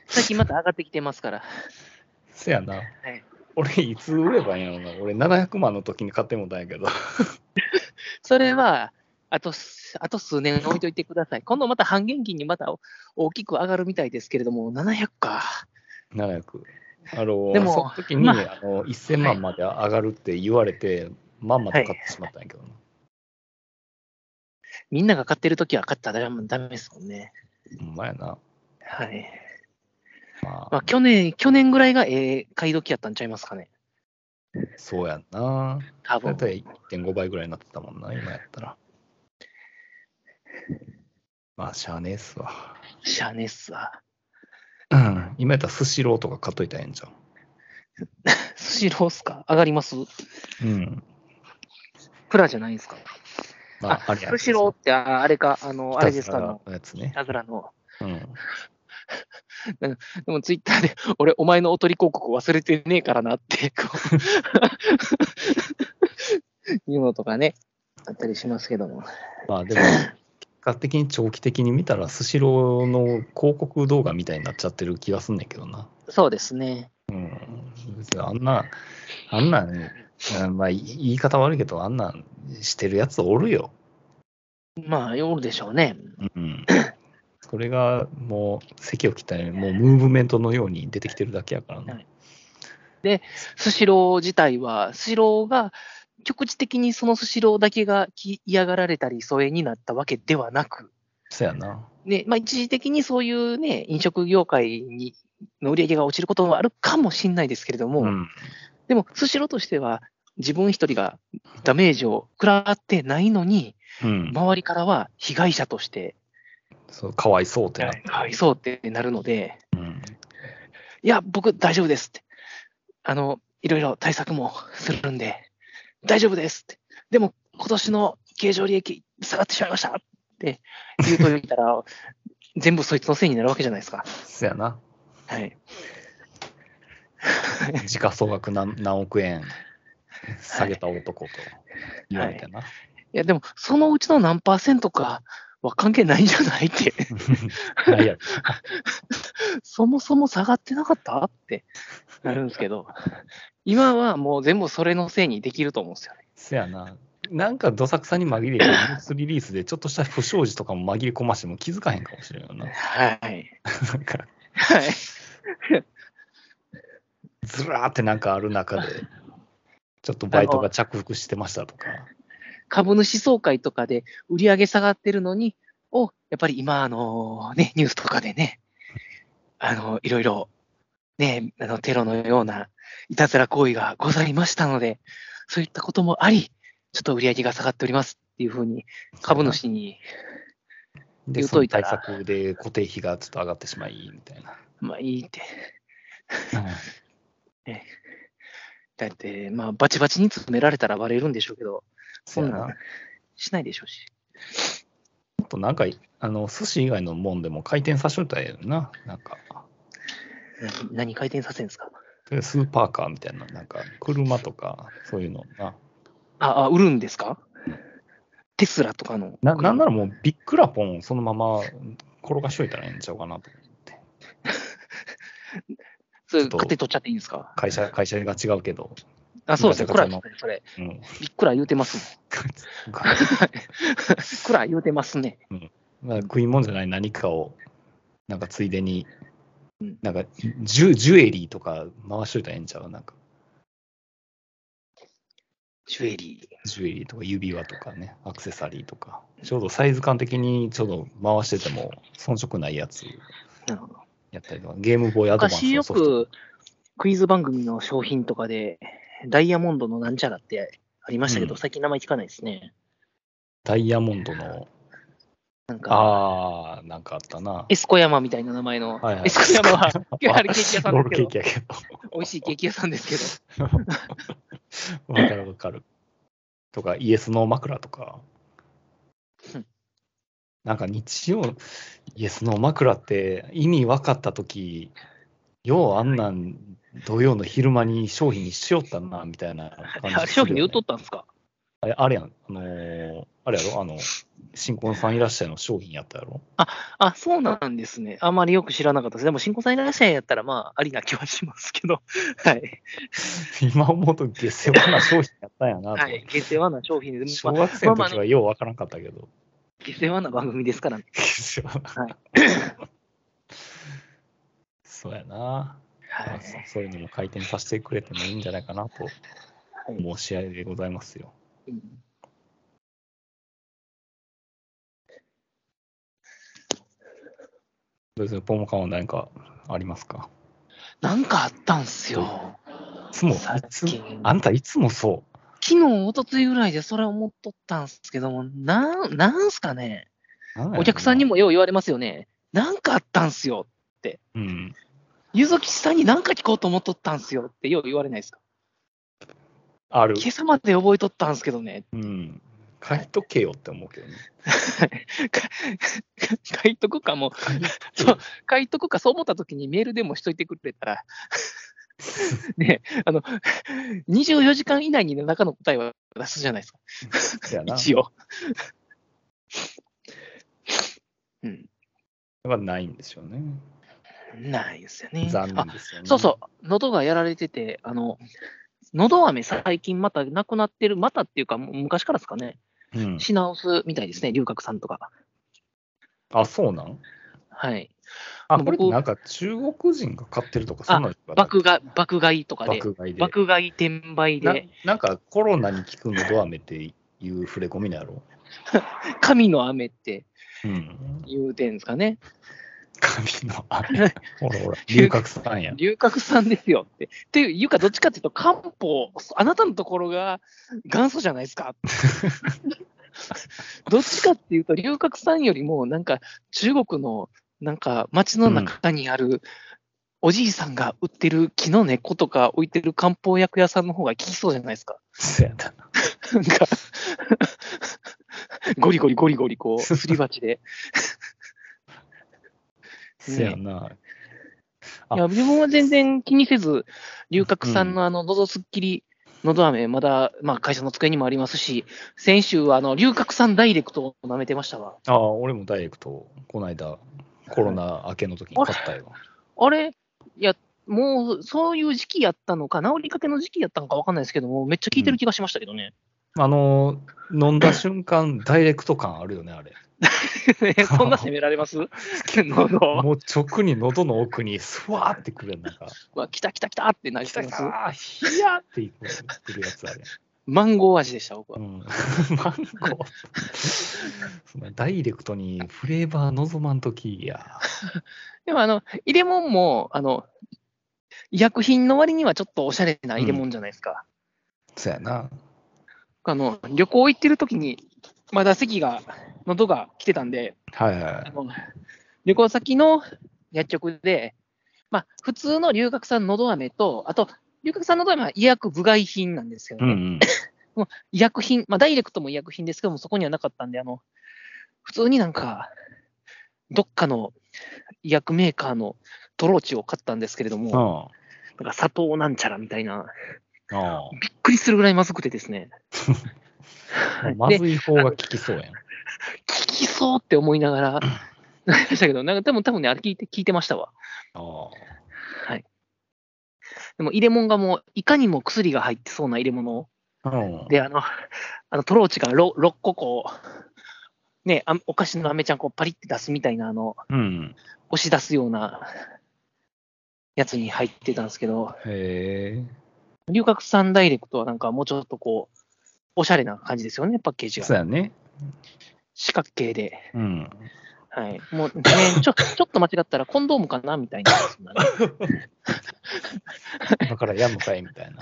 最近また上がってきてますから。せやな。い俺、いつ売ればいいんやろな。俺、700万の時に買ってもたんやけど。それは、あとす、あと数年置いといてください。今度また半減期にまたお大きく上がるみたいですけれども、700か。 700。あの、でもその時に、まあの1000万まで上がるって言われて、まんまと買ってしまったんやけどな。みんなが買ってるときは買ったらダメですもんね。ほんまやな。はい。ままあ、あ、去年、去年ぐらいがええ買い時やったんちゃいますかね。そうやんな。多だい分。たい1.5倍ぐらいになってたもんな、今やったら。まあ、しゃあねえっすわ。シャーネスは。うん今やったらスシローとか買っといたらええんじゃん。スシローっすか上がりますうん。プラじゃないんですかまあ、あれやスシローって、ああれか、あの、あれですかあの、のやつねい。たずらの。うん。でもツイッターで、 俺、お前のおとり広告忘れてねえからなって、こう、いうのとかね、あったりしますけども。まあでも、結果的に長期的に見たら、スシローの広告動画みたいになっちゃってる気がすんねんけどな。そうですね。うん。別にあんな、あんなん、うんまあい言い方悪いけど、あんなんしてるやつおるよ。まあ、おるでしょうね。うん。それがもう、席を切ったり、もうムーブメントのように出てきてるだけやからな。スシロー自体は、スシローが、局地的にそのスシローだけがき嫌がられたり、疎遠になったわけではなく、そやな。ね、まあ、一時的にそういうね、飲食業界に、の売り上げが落ちることはあるかもしれないですけれども、うん。でも、スシローとしては、自分一人がダメージを食らってないのに、うん。周りからは被害者として、そうかわいそうってなって。かわいそうってなるので、うんいや、僕大丈夫ですって。あの、いろいろ対策もするんで、大丈夫ですって。でも、今年の経常利益下がってしまいましたって言うと言ったら、 全部そいつのせいになるわけじゃないですか。そやな。はい。時価総額何何億円下げた男と言われてな。いや、でも、そのうちの何パーセントかは関係ないんじゃない って。ないやろそもそも下がってなかったってなるんですけど、今はもう全部それのせいにできると思うんですよね。せやな。なんかどさくさに紛れて、ニュースリリースでちょっとした不祥事とかも紛れ込ましても気づかへんかもしれんよな。はい。なんか、はい。ずらーってなんかある中で、ちょっとバイトが着服してましたとか。株主総会とかで売り上げ下がってるのに、を、やっぱり今、あの、ね、ニュースとかでね、あの、いろいろ、ね、あの、テロのようないたずら行為がございましたので、そういったこともあり、ちょっと売り上げが下がっておりますっていうふうに、株主に、で、言うそとのいた対ら策で固定費がちょっと上がってしまい、みたいな。まあいいって、だって、まあ、バチバチに詰められたらバレるんでしょうけど、そやな。そんなもしないでしょうし。っとなんか、あの、寿司以外のもんでも回転させといたらええよな。なんか、何何回転させるんですかスーパーカーみたいな、なんか、車とか、そういうのな。あ、あ、売るんですかテスラとかの。ななんならもうビックラポンそのまま転がしといたらええんちゃうかなと思って。それちょっと勝手に取っちゃっていいんですか会社、会社が違うけど。あ、そうですね。ガこチれャガはチャのそれ、 うん。びっくら言うてますもん。びっくら言うてますね。まあ食い物じゃない何かを、なんかついでにうん、なんかジュジュエリーとか回しといたらええんちゃうなんか、ジュエリジュエリーとか指輪とかね、アクセサリーとか。ちょうどサイズ感的にちょうど回してても遜色ないやつー。なるほど。やったりとか、ゲームボーイアドバン昔スのよソフト。くクイズ番組の商品とかで、ダイヤモンドのなんちゃらってありましたけど、うん最近名前聞かないですね。ダイヤモンドの、なんか、あー、なんかあった な。エスコヤマみたいな名前の、はいはいエスコヤマは、やはりケーキ屋さんロでーすけどルケー、キやけど。美味しいケーキ屋さんですけど、わかるわかる。とか、イエスノー枕とかうん。なんか日曜、イエスノー枕って意味分かったとき、ようあんなん土曜の昼間に商品にしよったな、みたいな感 じ、あれ商品で売っとったんですかあれあれやん、あのーあれやろ、あの、新婚さんいらっしゃいの商品やったやろ。 あ、そうなんですね。あんまりよく知らなかったです。でも、新婚さんいらっしゃいやったら、まあ、ありな気はしますけど、はい。今思うと下世話な商品やったんやなと思っはて、い。下世話な商品で、小まあ、学生の時はよう分からんかったけど。下世話な番組ですからね。ですよ。はいそうやな、はまいあ。そ。そういうのも回転させてくれてもいいんじゃないかなとはい申し上げでございますよ。うんどうですポモカンは何かありますかなんかあったんすよ。いつも、い最つも近。あんたいつもそ昨日、一昨日ぐらいでそれ思っとったんすけども、なん、なんすかね。う。なんやろなお客さんに。もよう言われますよね。なんかあったんすよ。うん。ゆずきさんに何か聞こうと思っとったんすよってよう言われないですか。ある。今朝まで覚えとったんすけどね。うん。書いとけよって思うけどね。 書いとくかも。そう、書いとくか、そう思ったときにメールでもしといてくれたら、 ね、あの、24時間以内に中の答えは出すじゃないですか、そうやな。一応。うん、はないんですよね。ないですよね。残あ念ですよね。そうそう、喉がやられてて、あの、喉飴最近またなくなってる、またっていうか、もう昔からですかね、う。うん、し直すみたいですね、龍角さんとか。あ、そうなんはい。あ、もうこれ僕なんか中国人が買ってるとか、そんなのとか爆買い、爆買いとかで、爆買いで。爆買い転売なで、なんかコロナに効くのドアメっていう触れ込みなんやろ。神の飴ってうん。 言うてんですかね。神の飴。ほらほら、龍角さんや。龍角さんですよって。っていういうか、どっちかっていうと、漢方、あなたのところが元祖じゃないですか。どっちかっていうと、龍角散よりも、なんか中国のなんか街の中にある、おじいさんが売ってる木の根っことか置いてる漢方薬屋さんの方が効きそうじゃないですか。 そうやな。なんか、ゴリゴリゴリゴリこう、すり鉢で。そうやな。あいや、自分は全然気にせず、龍角さんのあの、喉すっきり、喉飴、まだ、まあ、会社の机にもありますし、先週はあの、龍角さんダイレクトを舐めてましたわ。ああ、俺もダイレクト、この間、コロナ明けの時に買ったよ。あれいや、もう、そういう時期やったのか、治りかけの時期やったのかわかんないですけども、めっちゃ効いてる気がしましたけどね。あの、飲んだ瞬間、ダイレクト感あるよね、あれ。 そんな責められます 喉。 もう直に喉の奥に、スワーってくるやん、なんか。まあ、来た来た来たってなり来そうたで来す。たひやーってくるやつあれ。マンゴー味でした、僕うは。ん。 マンゴ ー。そんなダイレクトにフレーバー望まんときや。でも、あの、入れ物も、あの、医薬品の割にはちょっとおしゃれな入れ物じゃないですか。そうやな。あの旅行行ってる時に、まだ席が、喉が来てたんで、はいはあい。の旅行先の薬局で、まあ、普通の龍角散のど飴と、あと、龍角散のど飴は医薬部外品なんですけどうんね、うん。医薬品、まあ、ダイレクトも医薬品ですけども、そこにはなかったんで、あの普通になんか、どっかの医薬メーカーのトローチを買ったんですけれどうも、ん。なんか砂糖なんちゃらみたいな、あびっくりするぐらいまずくてです ね。あ。 まずい方が効きそうやん。聞きそうって思いながら、でしたけど、なんかでも多分ね、あれ聞いて聞いてましたわ。ああ。でも入れ物がもう、いかにも薬が入ってそうな入れ物うん。で、あの、あのトローチが 6, 6個こう、ね、あお菓子の飴ちゃんこうパリって出すみたいな、あの、うん。押し出すようなやつに入ってたんですけど、へ龍角散ダイレクトはなんかもうちょっとこう、おしゃれな感じですよね、パッケージえ。がそう。やね。四角形で。うん。はい。もう、ね、ちょ、ちょっと間違ったらコンドームかなみたいな。そんなねだからやむかいみたいな。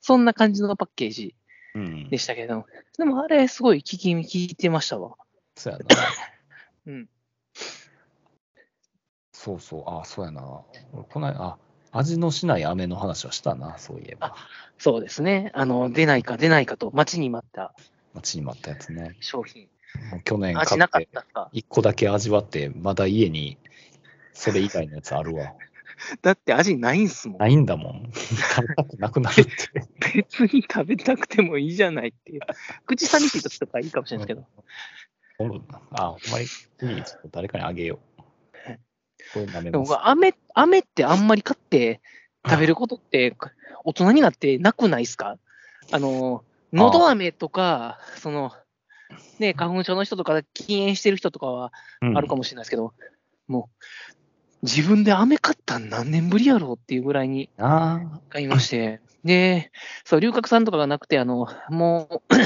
そんな感じのパッケージうんで。したけれども、でもあれ、すごい聞き、聞いてましたわ。そうやな。うん。そうそう。ああ、そうやな。俺こない、あ、味のしない飴の話はしたな、そういえば。そうですね。あの、出ないか出ないかと、待ちに待った待ちに待ったやつね。商品。もう去年買味なっ、かってたか。一個だけ味わって、まだ家に、それ以外のやつあるわ。だって味ないんすもんな。いんだもん。食べたくなくなるって。別に食べたくてもいいじゃないっていう。 口寂しい時とかいいかもしれないですけど。おるなあ、ほんまに、次ちょっと誰かにあげよう。これ舐でめもます。僕、飴、飴ってあんまり買って食べることって、大人になってなくないですかあの、喉飴とか、その、ね、花粉症の人とか、禁煙してる人とかは、あるかも。もしれないですけど、もう、自分で雨買ったん何年ぶりやろうっていうぐらいにあ買いまして、で、そう、龍角散とかがなくて、あの、もう、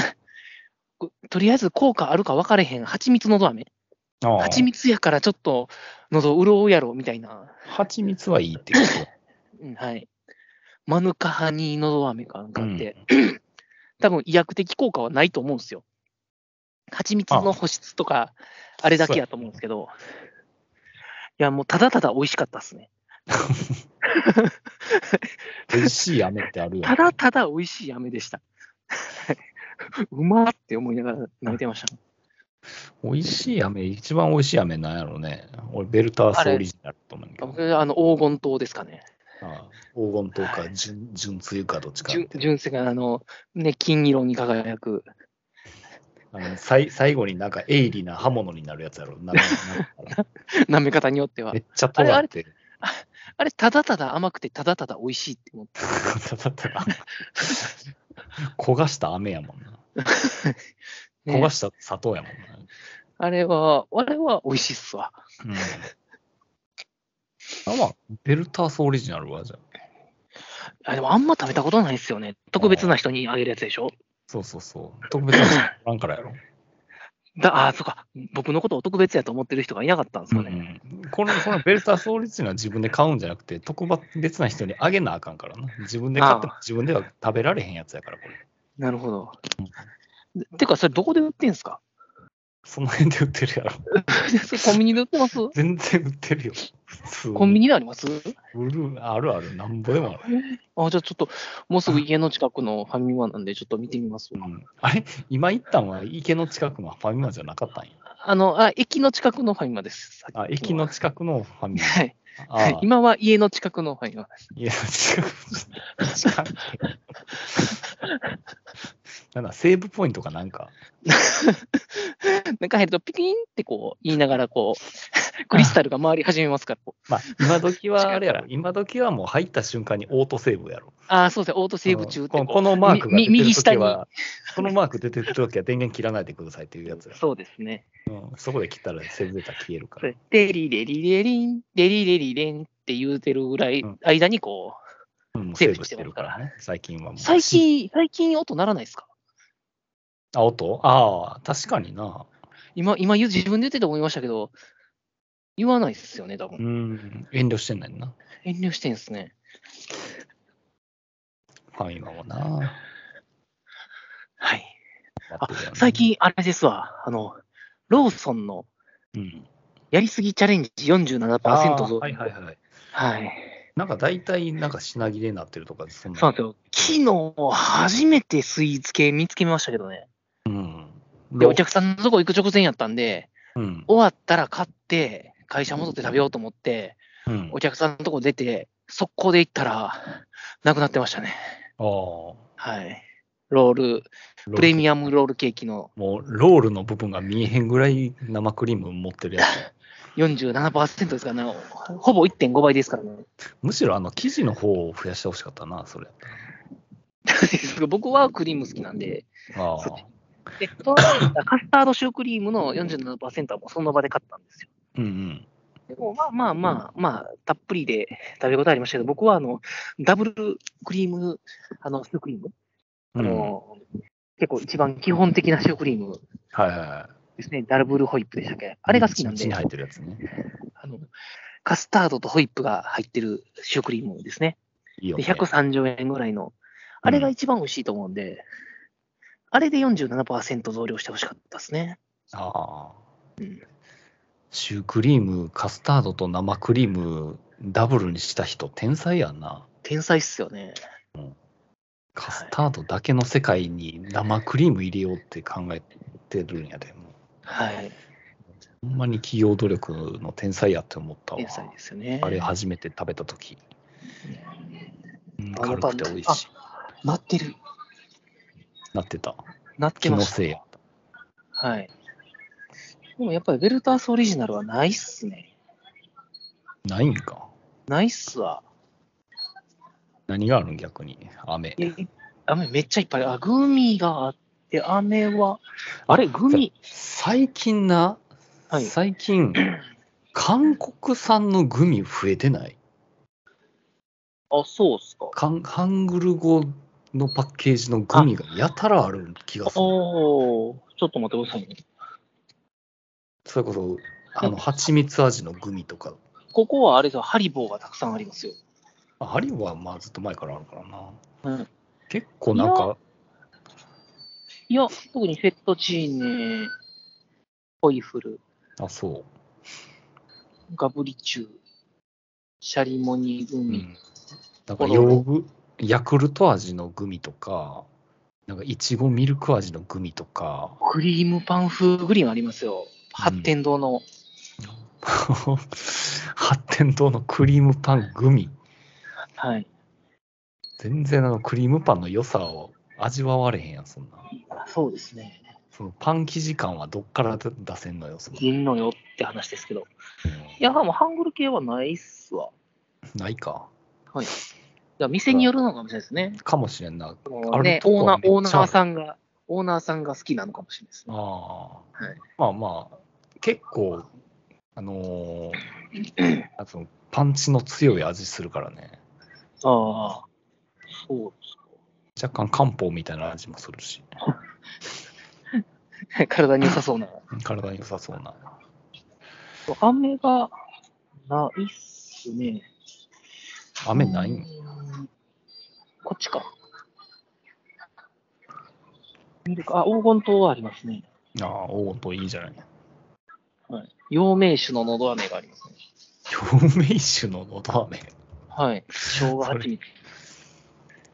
こ とりあえず効果あるか分かれへん、蜂蜜のど飴。あ。ああ蜂蜜やからちょっと喉潤うやろみたいな、蜂蜜はいいって言ううんはい。マヌカハニーのど飴かなんかあって、 多分医薬的効果はないと思うんですよ。蜂蜜の保湿とか、あれだけやと思うんですけど、いや、もうただただ美味しかったですね。美味しい飴ってあるよねた。だただ美味しい飴でした。 うまーって思いながら舐めてました。美味しい飴、一番美味しい飴なんやろうね。俺、ベルタースオリジナルと思うんだけど。僕、あの、黄金糖ですかね。ああ黄金糖か、純純つゆかどっちか純純正が、あの、ね、金色に輝く。あのさい最後になんか鋭利な刃物になるやつやろ。なんかなんか舐め方によっては め。っちゃ尖って。あれ、ただただ甘くて、ただただ美味しいって思って。 焦がした飴やもんな。ね焦がした砂糖やもんな。あれは、あれは美味しいっすわ。あまあ、ベルタースオリジナルはじゃあ。あでも、あんま食べたことないっすよね。特別な人にあげるやつでしょ。そうそうそう。特別な人おらんからやろ。だあー、そっか。僕のことを特別やと思ってる人がいなかったんですかね。うんこのこのベルタースオリジナルは自分で買うんじゃなくて、特別な人にあげなあかんからな。自分で買ってもあ自分では食べられへんやつやから、これ。なるほど。てか、それどこで売ってんすか その辺で売ってるやろ。コ ンビニで売ってます全然売ってるよ。普通に。コンビニであります売る、あるある、なんぼでもある。あ、じゃあちょっと、もうすぐ家の近くのファミマなんで、ちょっと見てみますうわ。ん、あれ今行ったんは池の近くのファミマじゃなかったんや。あの、あ、駅の近くのファミマです。さっきあ、駅の近くのファミマ。 はい。ああ今は家の近くのファミマです。いや、違う。違う。なんだ、セーブポイントかなんか。なんか入るとピキンってこう言いながらこう、 クリスタルが回り始めますから。こうまあ、今時 はあれやろ。今時はもう入った瞬間にオートセーブやろ。ああ、そうですね、オートセーブ中ってこのここのマークが出みて右る下に時は、このマーク出てる時は電源切らないでくださいっていうやつう。や。そうですね。うん、そこで切ったらセーブデータ消えるから。デリレリレリン、デリレリレンって言うてるぐらいうん、間にこうん、もうセセーブーブしてるからね。最近はもう。う、最近、最近音鳴らないですかあ、音ああ、確かにな。今、今言う自分で言ってて思いましたけど、言わないですよね、多う分。ん、遠慮してんねんな。遠慮してんですね。ファミマもな。はい。待ってるよね最。近、あれですわ、あの、ローソンのうん。やりすぎチャレンジあ47%ー増。はいはいはい。はい。なんか大体、なんか品切れになってるとか、そんそうなんでなす。よ。昨日、初めてスイーツ系見つけましたけどね。うん。で、お客さんのとこ行く直前やったんで、うん。終わったら買って、会社戻って食べようと思って、うんお客さんのとこ出て、速攻で行ったら、なくなってましたね。あーはい。ロール、プレミアムロールケーキのもうロールの部分が見えへんぐらい生クリーム持ってるや 47%ですからね、ほぼ1.5倍ですからね。 つ。むしろあの生地の方を増やしてほしかったな、それやったら。僕はクリーム好きなんで、あそあう。で、そのカスタードシュークリームの47%はもうその場で買ったんですよ。うんうん。でもまあまあまあ、まあ、たっぷりで食べ応えありましたけど、僕はあの、ダブルクリーム、あの、シュークリーム、あうん、はいの、結構一番基本的なシュークリームはいはい。ですね、ダブルホイップでしたっけあれが好きなんうちでに、入ってるやつね。あの、カスタードとホイップが入ってるシュークリームですね。いいよ、で、ね。 130円ぐらいの。あれが一番美味しいと思うんで、あれで47%増量してほしかったですね。ああうん。シュークリーム、カスタードと生クリームダブルにした人、天才やんな。天才っすよね。カスタードだけの世界に生クリーム入れようって考えてるんやで。もはい。うほんまに企業努力の天才やって思ったわ天。才ですよね。あれ初めて食べたとき。うんあ軽くて美味しい。なってる。なってた。なって気まのす。せいや。はい。でもやっぱりベルタースオリジナルはないっすね。ないんか。ないっすわ。何があるん逆に。雨。え雨めっちゃいっぱい。あ、グミがあって、雨は。あれ、グミ。最近な、はい。最近、韓国産のグミ増えてないあ、そうっすか。韓ハングル語のパッケージのグミがやたらある気がする。おー、ちょっと待ってくださいね。それこそ、あの、蜂蜜味のグミとか。ここはあれですよ、ハリボーがたくさんありますよ。あハリーはまあずっと前からあるからな。うん、結構なんか、いや、特にフェットチーネ、ホイフル、あ、そガブリチュー、シャリモニグう。うミ、ん。なんか、ヨーグ、ヤクルト味のグミとか、なんか、いちごミルク味のグミとか、 クリームパン風グリーンありますよ。発展堂の、発展堂のクリームパングミ。はい。全然あのクリームパンの良さを味わわれへんやん、そんな。そうですね。そのパン生地感はどっから出出せんのよ、その。銀のよって話ですけど。いや、もうハングル系はないっすわ。ないか。いや店によるのかもしれないですね。かもしれんな。もうあねる、とこオーナはー、めっちゃオーナあるーさんが、オーナーさんが好きなのかもしれないですね。ああ、はいまあまあ、結構、あのーあそのパンチの強い味するからね。ああ、そうですか。若干漢方みたいな味もするし、 体に良さそうな。体に良さそうな。雨がないっすね。雨ないうんんこっちか。緑かあ、黄金塔はありますね。ああ、おおといいじゃない。はい。陽明酒ののど飴がありますね。表明酒ののど飴。はい。昭和8日。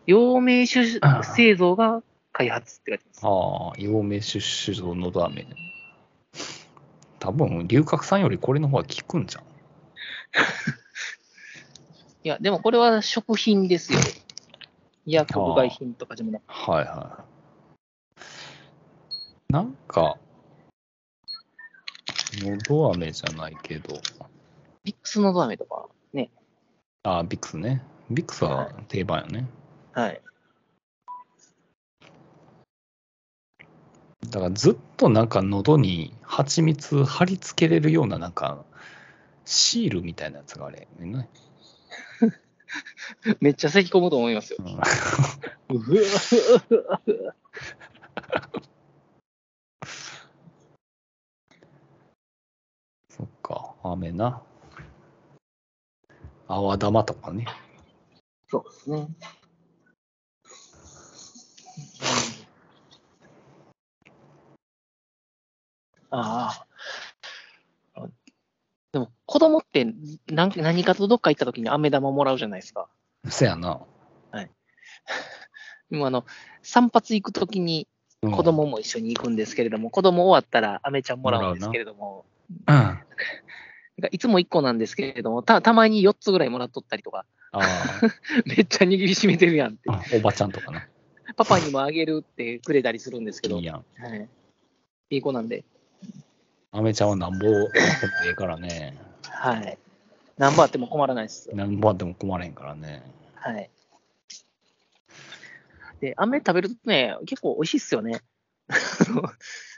陽明酒製造が開発って書いてます。ああ、陽明酒酒造のど飴。多分、龍角さんよりこれの方が効くんじゃん。いや、でもこれは食品ですよ。医薬部外品とかでもなくはいはい。なんか、のど飴じゃないけど、ビックスのど飴とか。ああ、ビクスね。ビクスは定番よね。はい。だからずっとなんか喉に蜂蜜貼り付けれるようななんかシールみたいなやつがあれ、ね。めっちゃ咳込むと思いますよ。 うんうふうふうそっか、雨な。泡玉とかね。そうですね。ああ。でも、子供って何何かとどっか行った時に飴玉もらうじゃないですか。せやな。今あの、散髪行く時にうん子。供も一緒に行くんですけれども、子供終わったら飴ちゃんもらうんですけれども、うん。あなんかいつも1個なんですけれども、たたまに4つぐらいもらっとったりとか、あ、めっちゃ握りしめてるやんって、おばちゃんとかな。パパにもあげるってくれたりするんです けどいい、やん。はい。いい子なんで。飴ちゃんはなんぼあってもええからね。はい。何番あっても困らないです。なんぼあっても困れへんからね。はい。で、飴食べるとね、結構美味しいっすよね。うん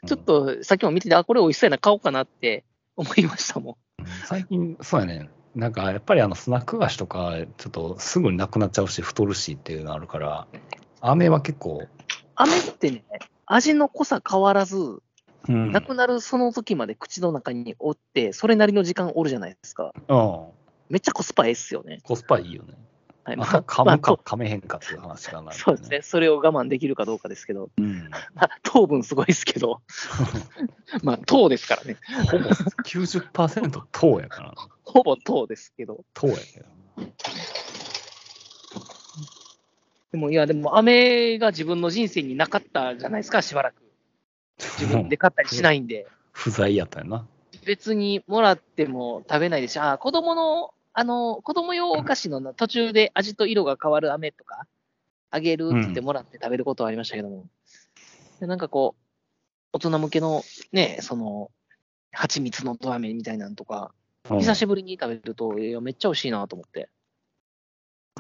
ちょっ、と、さっきも見てて、あ、これ美味しそうやな、買おうかなって思いましたもうん最近、そうやね。なんかやっぱりあのスナック菓子とか、ちょっとすぐになくなっちゃうし、太るしっていうのあるから、飴は結構、ん。飴ってね、味の濃さ変わらず、うん。なくなるその時まで口の中におって、それなりの時間おるじゃないですか。うんめっちゃコスパええっすよね。コスパいいよね。はい。ままあ、あ、噛むかまあ噛めへんかっていう話がなる、そうですね。。それを我慢できるかどうかですけど、うん。 まあ、糖分すごいですけど、まあ、糖ですからね。ほぼ90%糖やからな。ほぼ糖ですけど。糖やけど。でも、いや、でも、飴が自分の人生になかったじゃないですか、しばらく。自分で買ったりしないんで。不在やったよな。別にもらっても食べないですし、あー子供の、あの、子供用お菓子のな途中で味と色が変わる飴とか、あげるって言ってもらって食べることはありましたけども。でなんかこう、大人向けのね、その、蜂蜜のド飴みたいなのとか、うん久しぶりに食べると、いや、めっちゃ美味しいなと思って。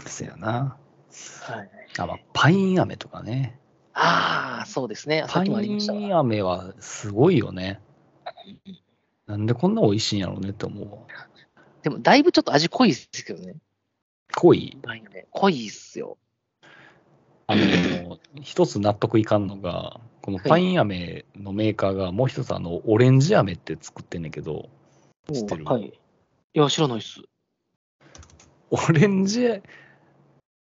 せやな。はい。あ、まあ、パイン飴とかね。ああ、そうですね。さパっイきもありましたわン飴はすごいよね。なんでこんな美味しいんやろうねって思うわ。でも、だいぶちょっと味濃いですけどね。濃い。ないので濃いっすよ。あの、一つ納得いかんのが、このパイン飴のメーカーがもう一つあの、オレンジ飴って作ってんねんけど、知ってるはい。いや、知らないっす。オレンジ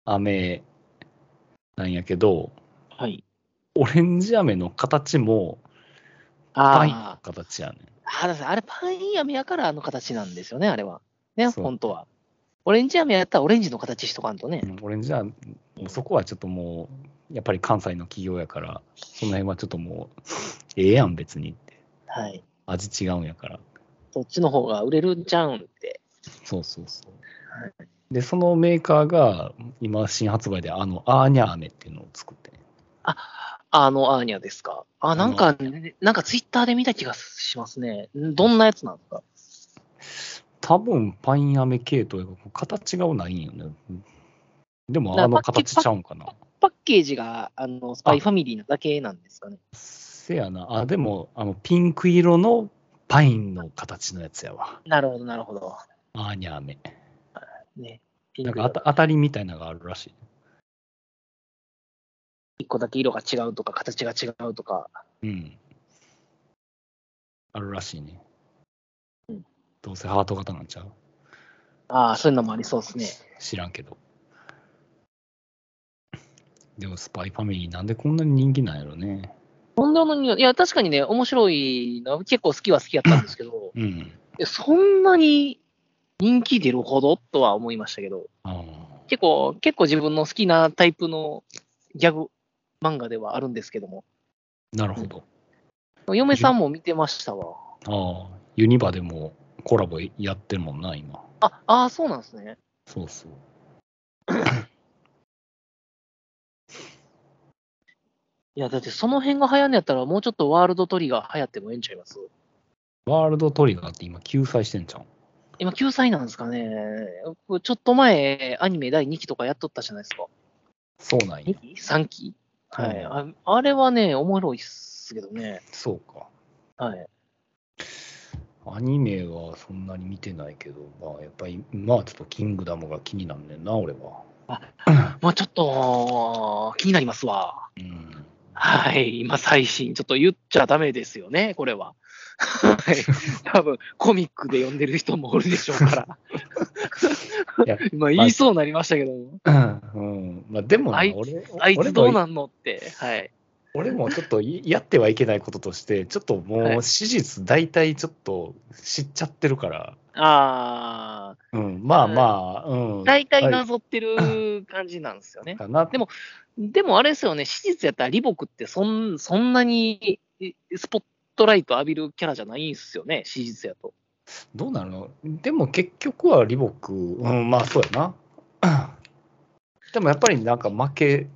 飴なんやけど、はい。オレンジ飴の形もパインのあー形やねん。あれ、あれパイン飴やからあの形なんですよね、あれは。ね、そう本当は。オレンジ飴やったらオレンジの形しとかんとね。うんオレンジはもうそこはちょっともうやっぱり関西の企業やからその辺はちょっともうええやん別にってはい。味違うんやからそっちの方が売れるんちゃうんって。そうそうそうでそのメーカーが今新発売であのアーニャ飴っていうのを作ってんあのアーニャですか。あ、なんか、なんかツイッターで見た気がしますね。んどんなやつなんですか多分パイン飴系統やから形がないんよねでもだかあらのパッケ形ちゃうんかなパッケージが、あの、スパイファミリーなだけなんですかね。せやなあでもあのピンク色のパインの形のやつやわなるほど、なるほど。アーニャ飴ね。なんかあた当たりみたいなのがあるらしい一個だけ色が違うとか、形が違うとか。うん。あるらしいね。うんどうせハート型なんちゃうああ、そういうのもありそうですね。知らんけど。でもスパイファミリーなんでこんなに人気なんやろね。ホンダの匂い、いや、確かにね、面白いな、結構好きは好きやったんですけど、うん。いや そんなに人気出るほどとは思いましたけど、あ結構、結構自分の好きなタイプのギャグ漫画ではあるんですけども、ーなるほど。嫁さんも見てましたわ。ああ、ユニバでもコラボやってるもんな、今。あ、ああ、そうなんですね。そうそう。いや、だってその辺が流行んのやったら、もうちょっとワールドトリガー流行ってもええんちゃいますワールドトリガーって今救済してんじゃん。今、救済なんですかね。僕ちょっと前、アニメ第2期とかやっとったじゃないですか。そうなんや。 2期 ?3 期はいうあ。あれはね、おもろいっすけどね。そうか。はい。アニメはそんなに見てないけど、まあやっぱり、まあちょっとキングダムが気になんねんな、俺は。まあちょっと、気になりますわ。うん。はい。今、最新。ちょっと言っちゃダメですよね、これは。はい。 多分、コミックで読んでる人もおるでしょうからいや。 今、言いそうになりましたけども。うん。まあでもなあい俺、あい俺つどうも、なんのって。はい。俺もちょっといやってはいけないこととして、ちょっとはもうい史実大体ちょっと知っちゃってるから、あうん、まあまあ、うあ、ん。大体はいなぞってる感じなんですよね。かな。でもでもあれですよね、史実やったらリボクってそんそんなにえスポットライト浴びるキャラじゃないんですよね、史実やと。どうなるのでも結局はリボク、うん、まあそうやな。 でもやっぱりなんか負け、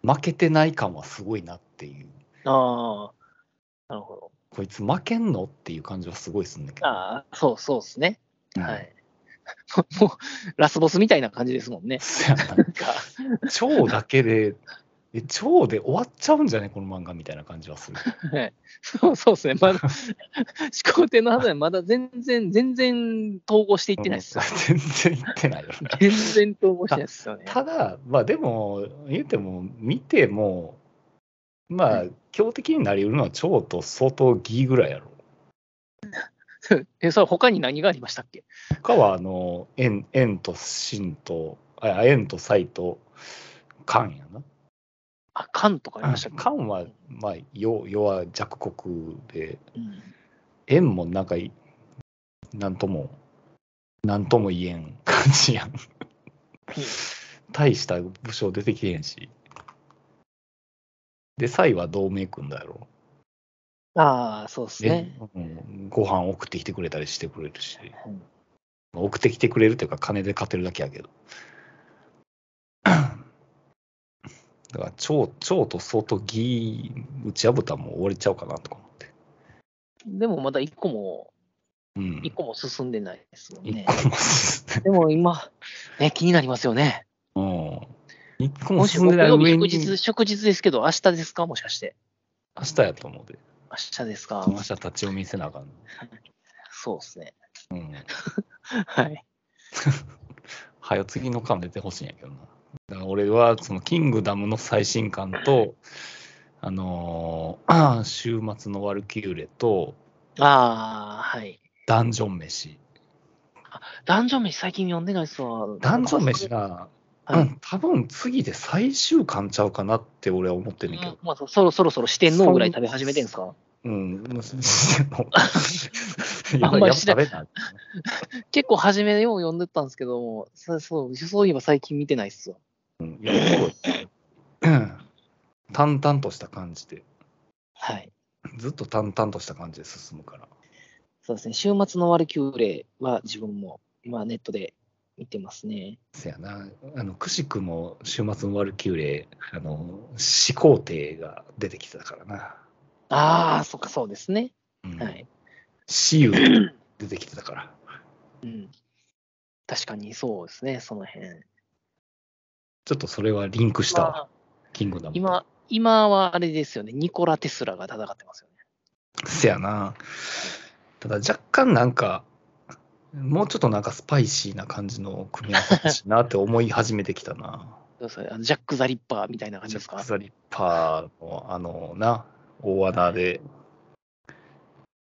負けてない感はすごいなっていう。ああ、なるほど。こいつ負けんのっていう感じはすごいすんだけど。ああ、そうそうですね。うんはい。 もう、ラスボスみたいな感じですもんね。そうやなん か、な蝶だけで、え蝶で終わっちゃうんじゃねこの漫画みたいな感じはする。はいそうそうですね。 まだ、始皇帝の話はまだ全然、全然統合していってないですよ。全然言ってないよね。全然統合してないですよね。ただ、まあでも、言うても、見ても、まあ、強敵になり得るのは蝶と相当ギーぐらいやろ。 え、それ他に何がありましたっけ他はあの円円と真とあ円と才と漢やな。あ、カンとかありましたっけ漢はまあ弱弱弱国でうん円もなんかいなんともなんとも言えん感じやん。大した武将出てきてへんし。で、才は同盟組んだやろ。ああ、そうですでね。うん、ご飯送ってきてくれたりしてくれるし、うん送ってきてくれるというか金で勝てるだけやけどだから蝶蝶と相当ギー打ち破ったらもう終わりちゃうかなとか思ってでもまだ一個も、うん一個も進んでないですもん一ね個。も進んででも今、ね、気になりますよね。うん一個ももし進んで木ない曜日上祝に日、明祝日ですけど、明日ですかもしかして。日やと思うで明日ですか明日立ち読みせなあかん、そうですね。うん、はい。はよ次の巻出てほしいんやけどな。だから俺はそのキングダムの最新巻と、あのー 週末のワルキューレとああ、はい。ダンジョン飯。ダンジョン飯最近読んでないっすわ。ダンジョン飯が、はいうん多分次で最終巻ちゃうかなって俺は思ってんねんけうんど。まあ、そそろそろそろ四天王ぐらい食べ始めてんすかうん。もうそあやんばいまりやばいしな食いべない。結構初めよう読んでたんですけども、そうそうそういえば最近見てないっすわ。うんいやおもろい淡々とした感じで、はい。ずっと淡々とした感じで進むから。そうですね。週末のワルキューレは自分も今ネットで見てますね。せやな、あの、くしくも週末のワルキューレ、あの、始皇帝が出てきてたからな。ああ、そっか、そうですね。うんはい。。私有が出てきてたから。確かにそうですね、その辺。ちょっとそれはリンクしたわ、まあキングダムと。今、今はあれですよね、ニコラ・テスラが戦ってますよね。せやな。ただ若干なんか、もうちょっとなんかスパイシーな感じの組み合わせだしなって思い始めてきたな。そうそうあのジャック・ザ・リッパーみたいな感じでジャすッかク・。ザ・リッパーのあのな、大穴で、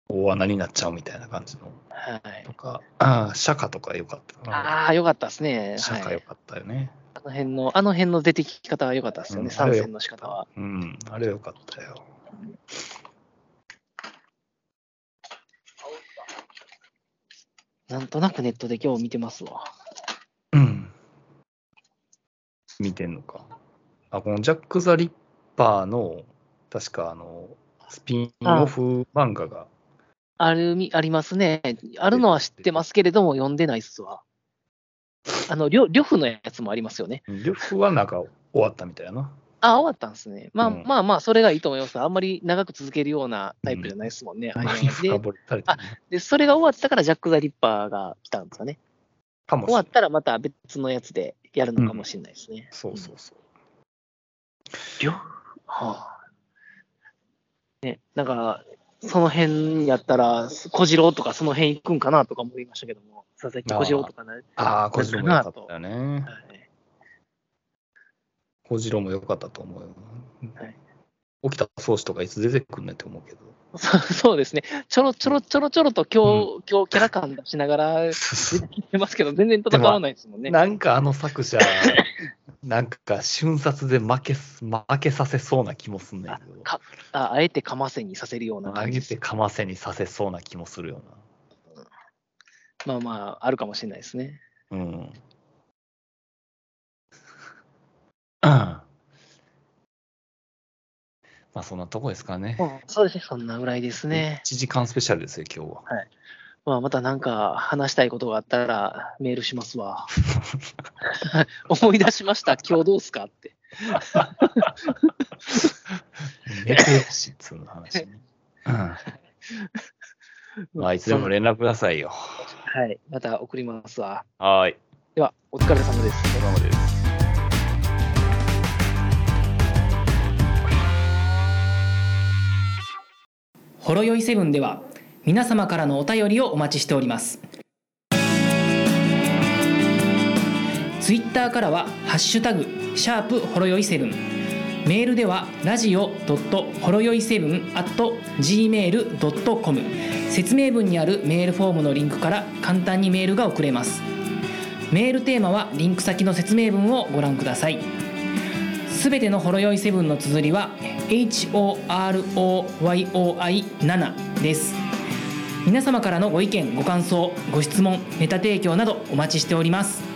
大穴になっちゃうみたいな感じの。はいと、か、ああ、釈迦とか良かったな。ああ、よかったですね、釈迦は良い。かったよね。あの辺の。あの辺の出てき方はよかったですよね、うん参戦の仕方は。うん、あれ良かったよ。なんとなくネットで今日見てますわ。うん。見てんのか。あ、このジャック・ザ・リッパーの、確かあの、スピンオフ漫画が、あるみ、ありますね。あるのは知ってますけれども、読んでないっすわ。あの、りょ、呂布のやつもありますよね。両方はなんか終わったみたいやな。あ、終わったんですね。まあ、うんまあまあ、それがいいと思います。あんまり長く続けるようなタイプじゃないですもんね。ああんれまり深掘りされてないで、それが終わったから、ジャック・ザ・リッパーが来たんですかね。かも終しれわなっい。たらまた別のやつでやるのかもしれないですね。そうそうそう。両はあ。ね、なんか、その辺やったら、小次郎とかその辺行くんかなとか思いましたけども、佐々木小次郎とかな、はいああ、小次郎も良かったよね。小次郎も良かったと思うよ。はい起きた宗師とかいつ出てくんねんって思うけど。そう そうですね、ちょろちょろちょろちょろと今日、今日キャラ感出しながら出てきてますけど、全然戦わないですもんね。なんかあの作者、 なんか瞬殺で負けす負けさせそうな気もすんねんけど。かああえてかませにさせるような投感じげですてかませにさせそうな気もするよまあまあ、あるかもしれないですね。な。うん。 まあそんなとこですかね。まあそうですね、そんなぐらいですね。 1時間スペシャルですよ、今日は。まあ、またなんか話したいことがあったらメールしますわ。 思い出しました、今日どうすかって。 寝てほしいっつうの話ね。うん。まあいつでも連絡くださいよ。はい、また送りますわ。はーい。では、お疲れ様です。お疲れ様です。ほろよいセブンでは皆様からのお便りをお待ちしておりますツイッターからは「ハッシュタグシャープほろよいセブン」メールではラジオドットほろよいセブン at gmail.com 説明文にあるメールフォームのリンクから簡単にメールが送れますメールテーマはリンク先の説明文をご覧くださいすべてのほろ酔いセブンの綴りは HOROYOI7 です皆様からのご意見ご感想ご質問ネタ提供などお待ちしております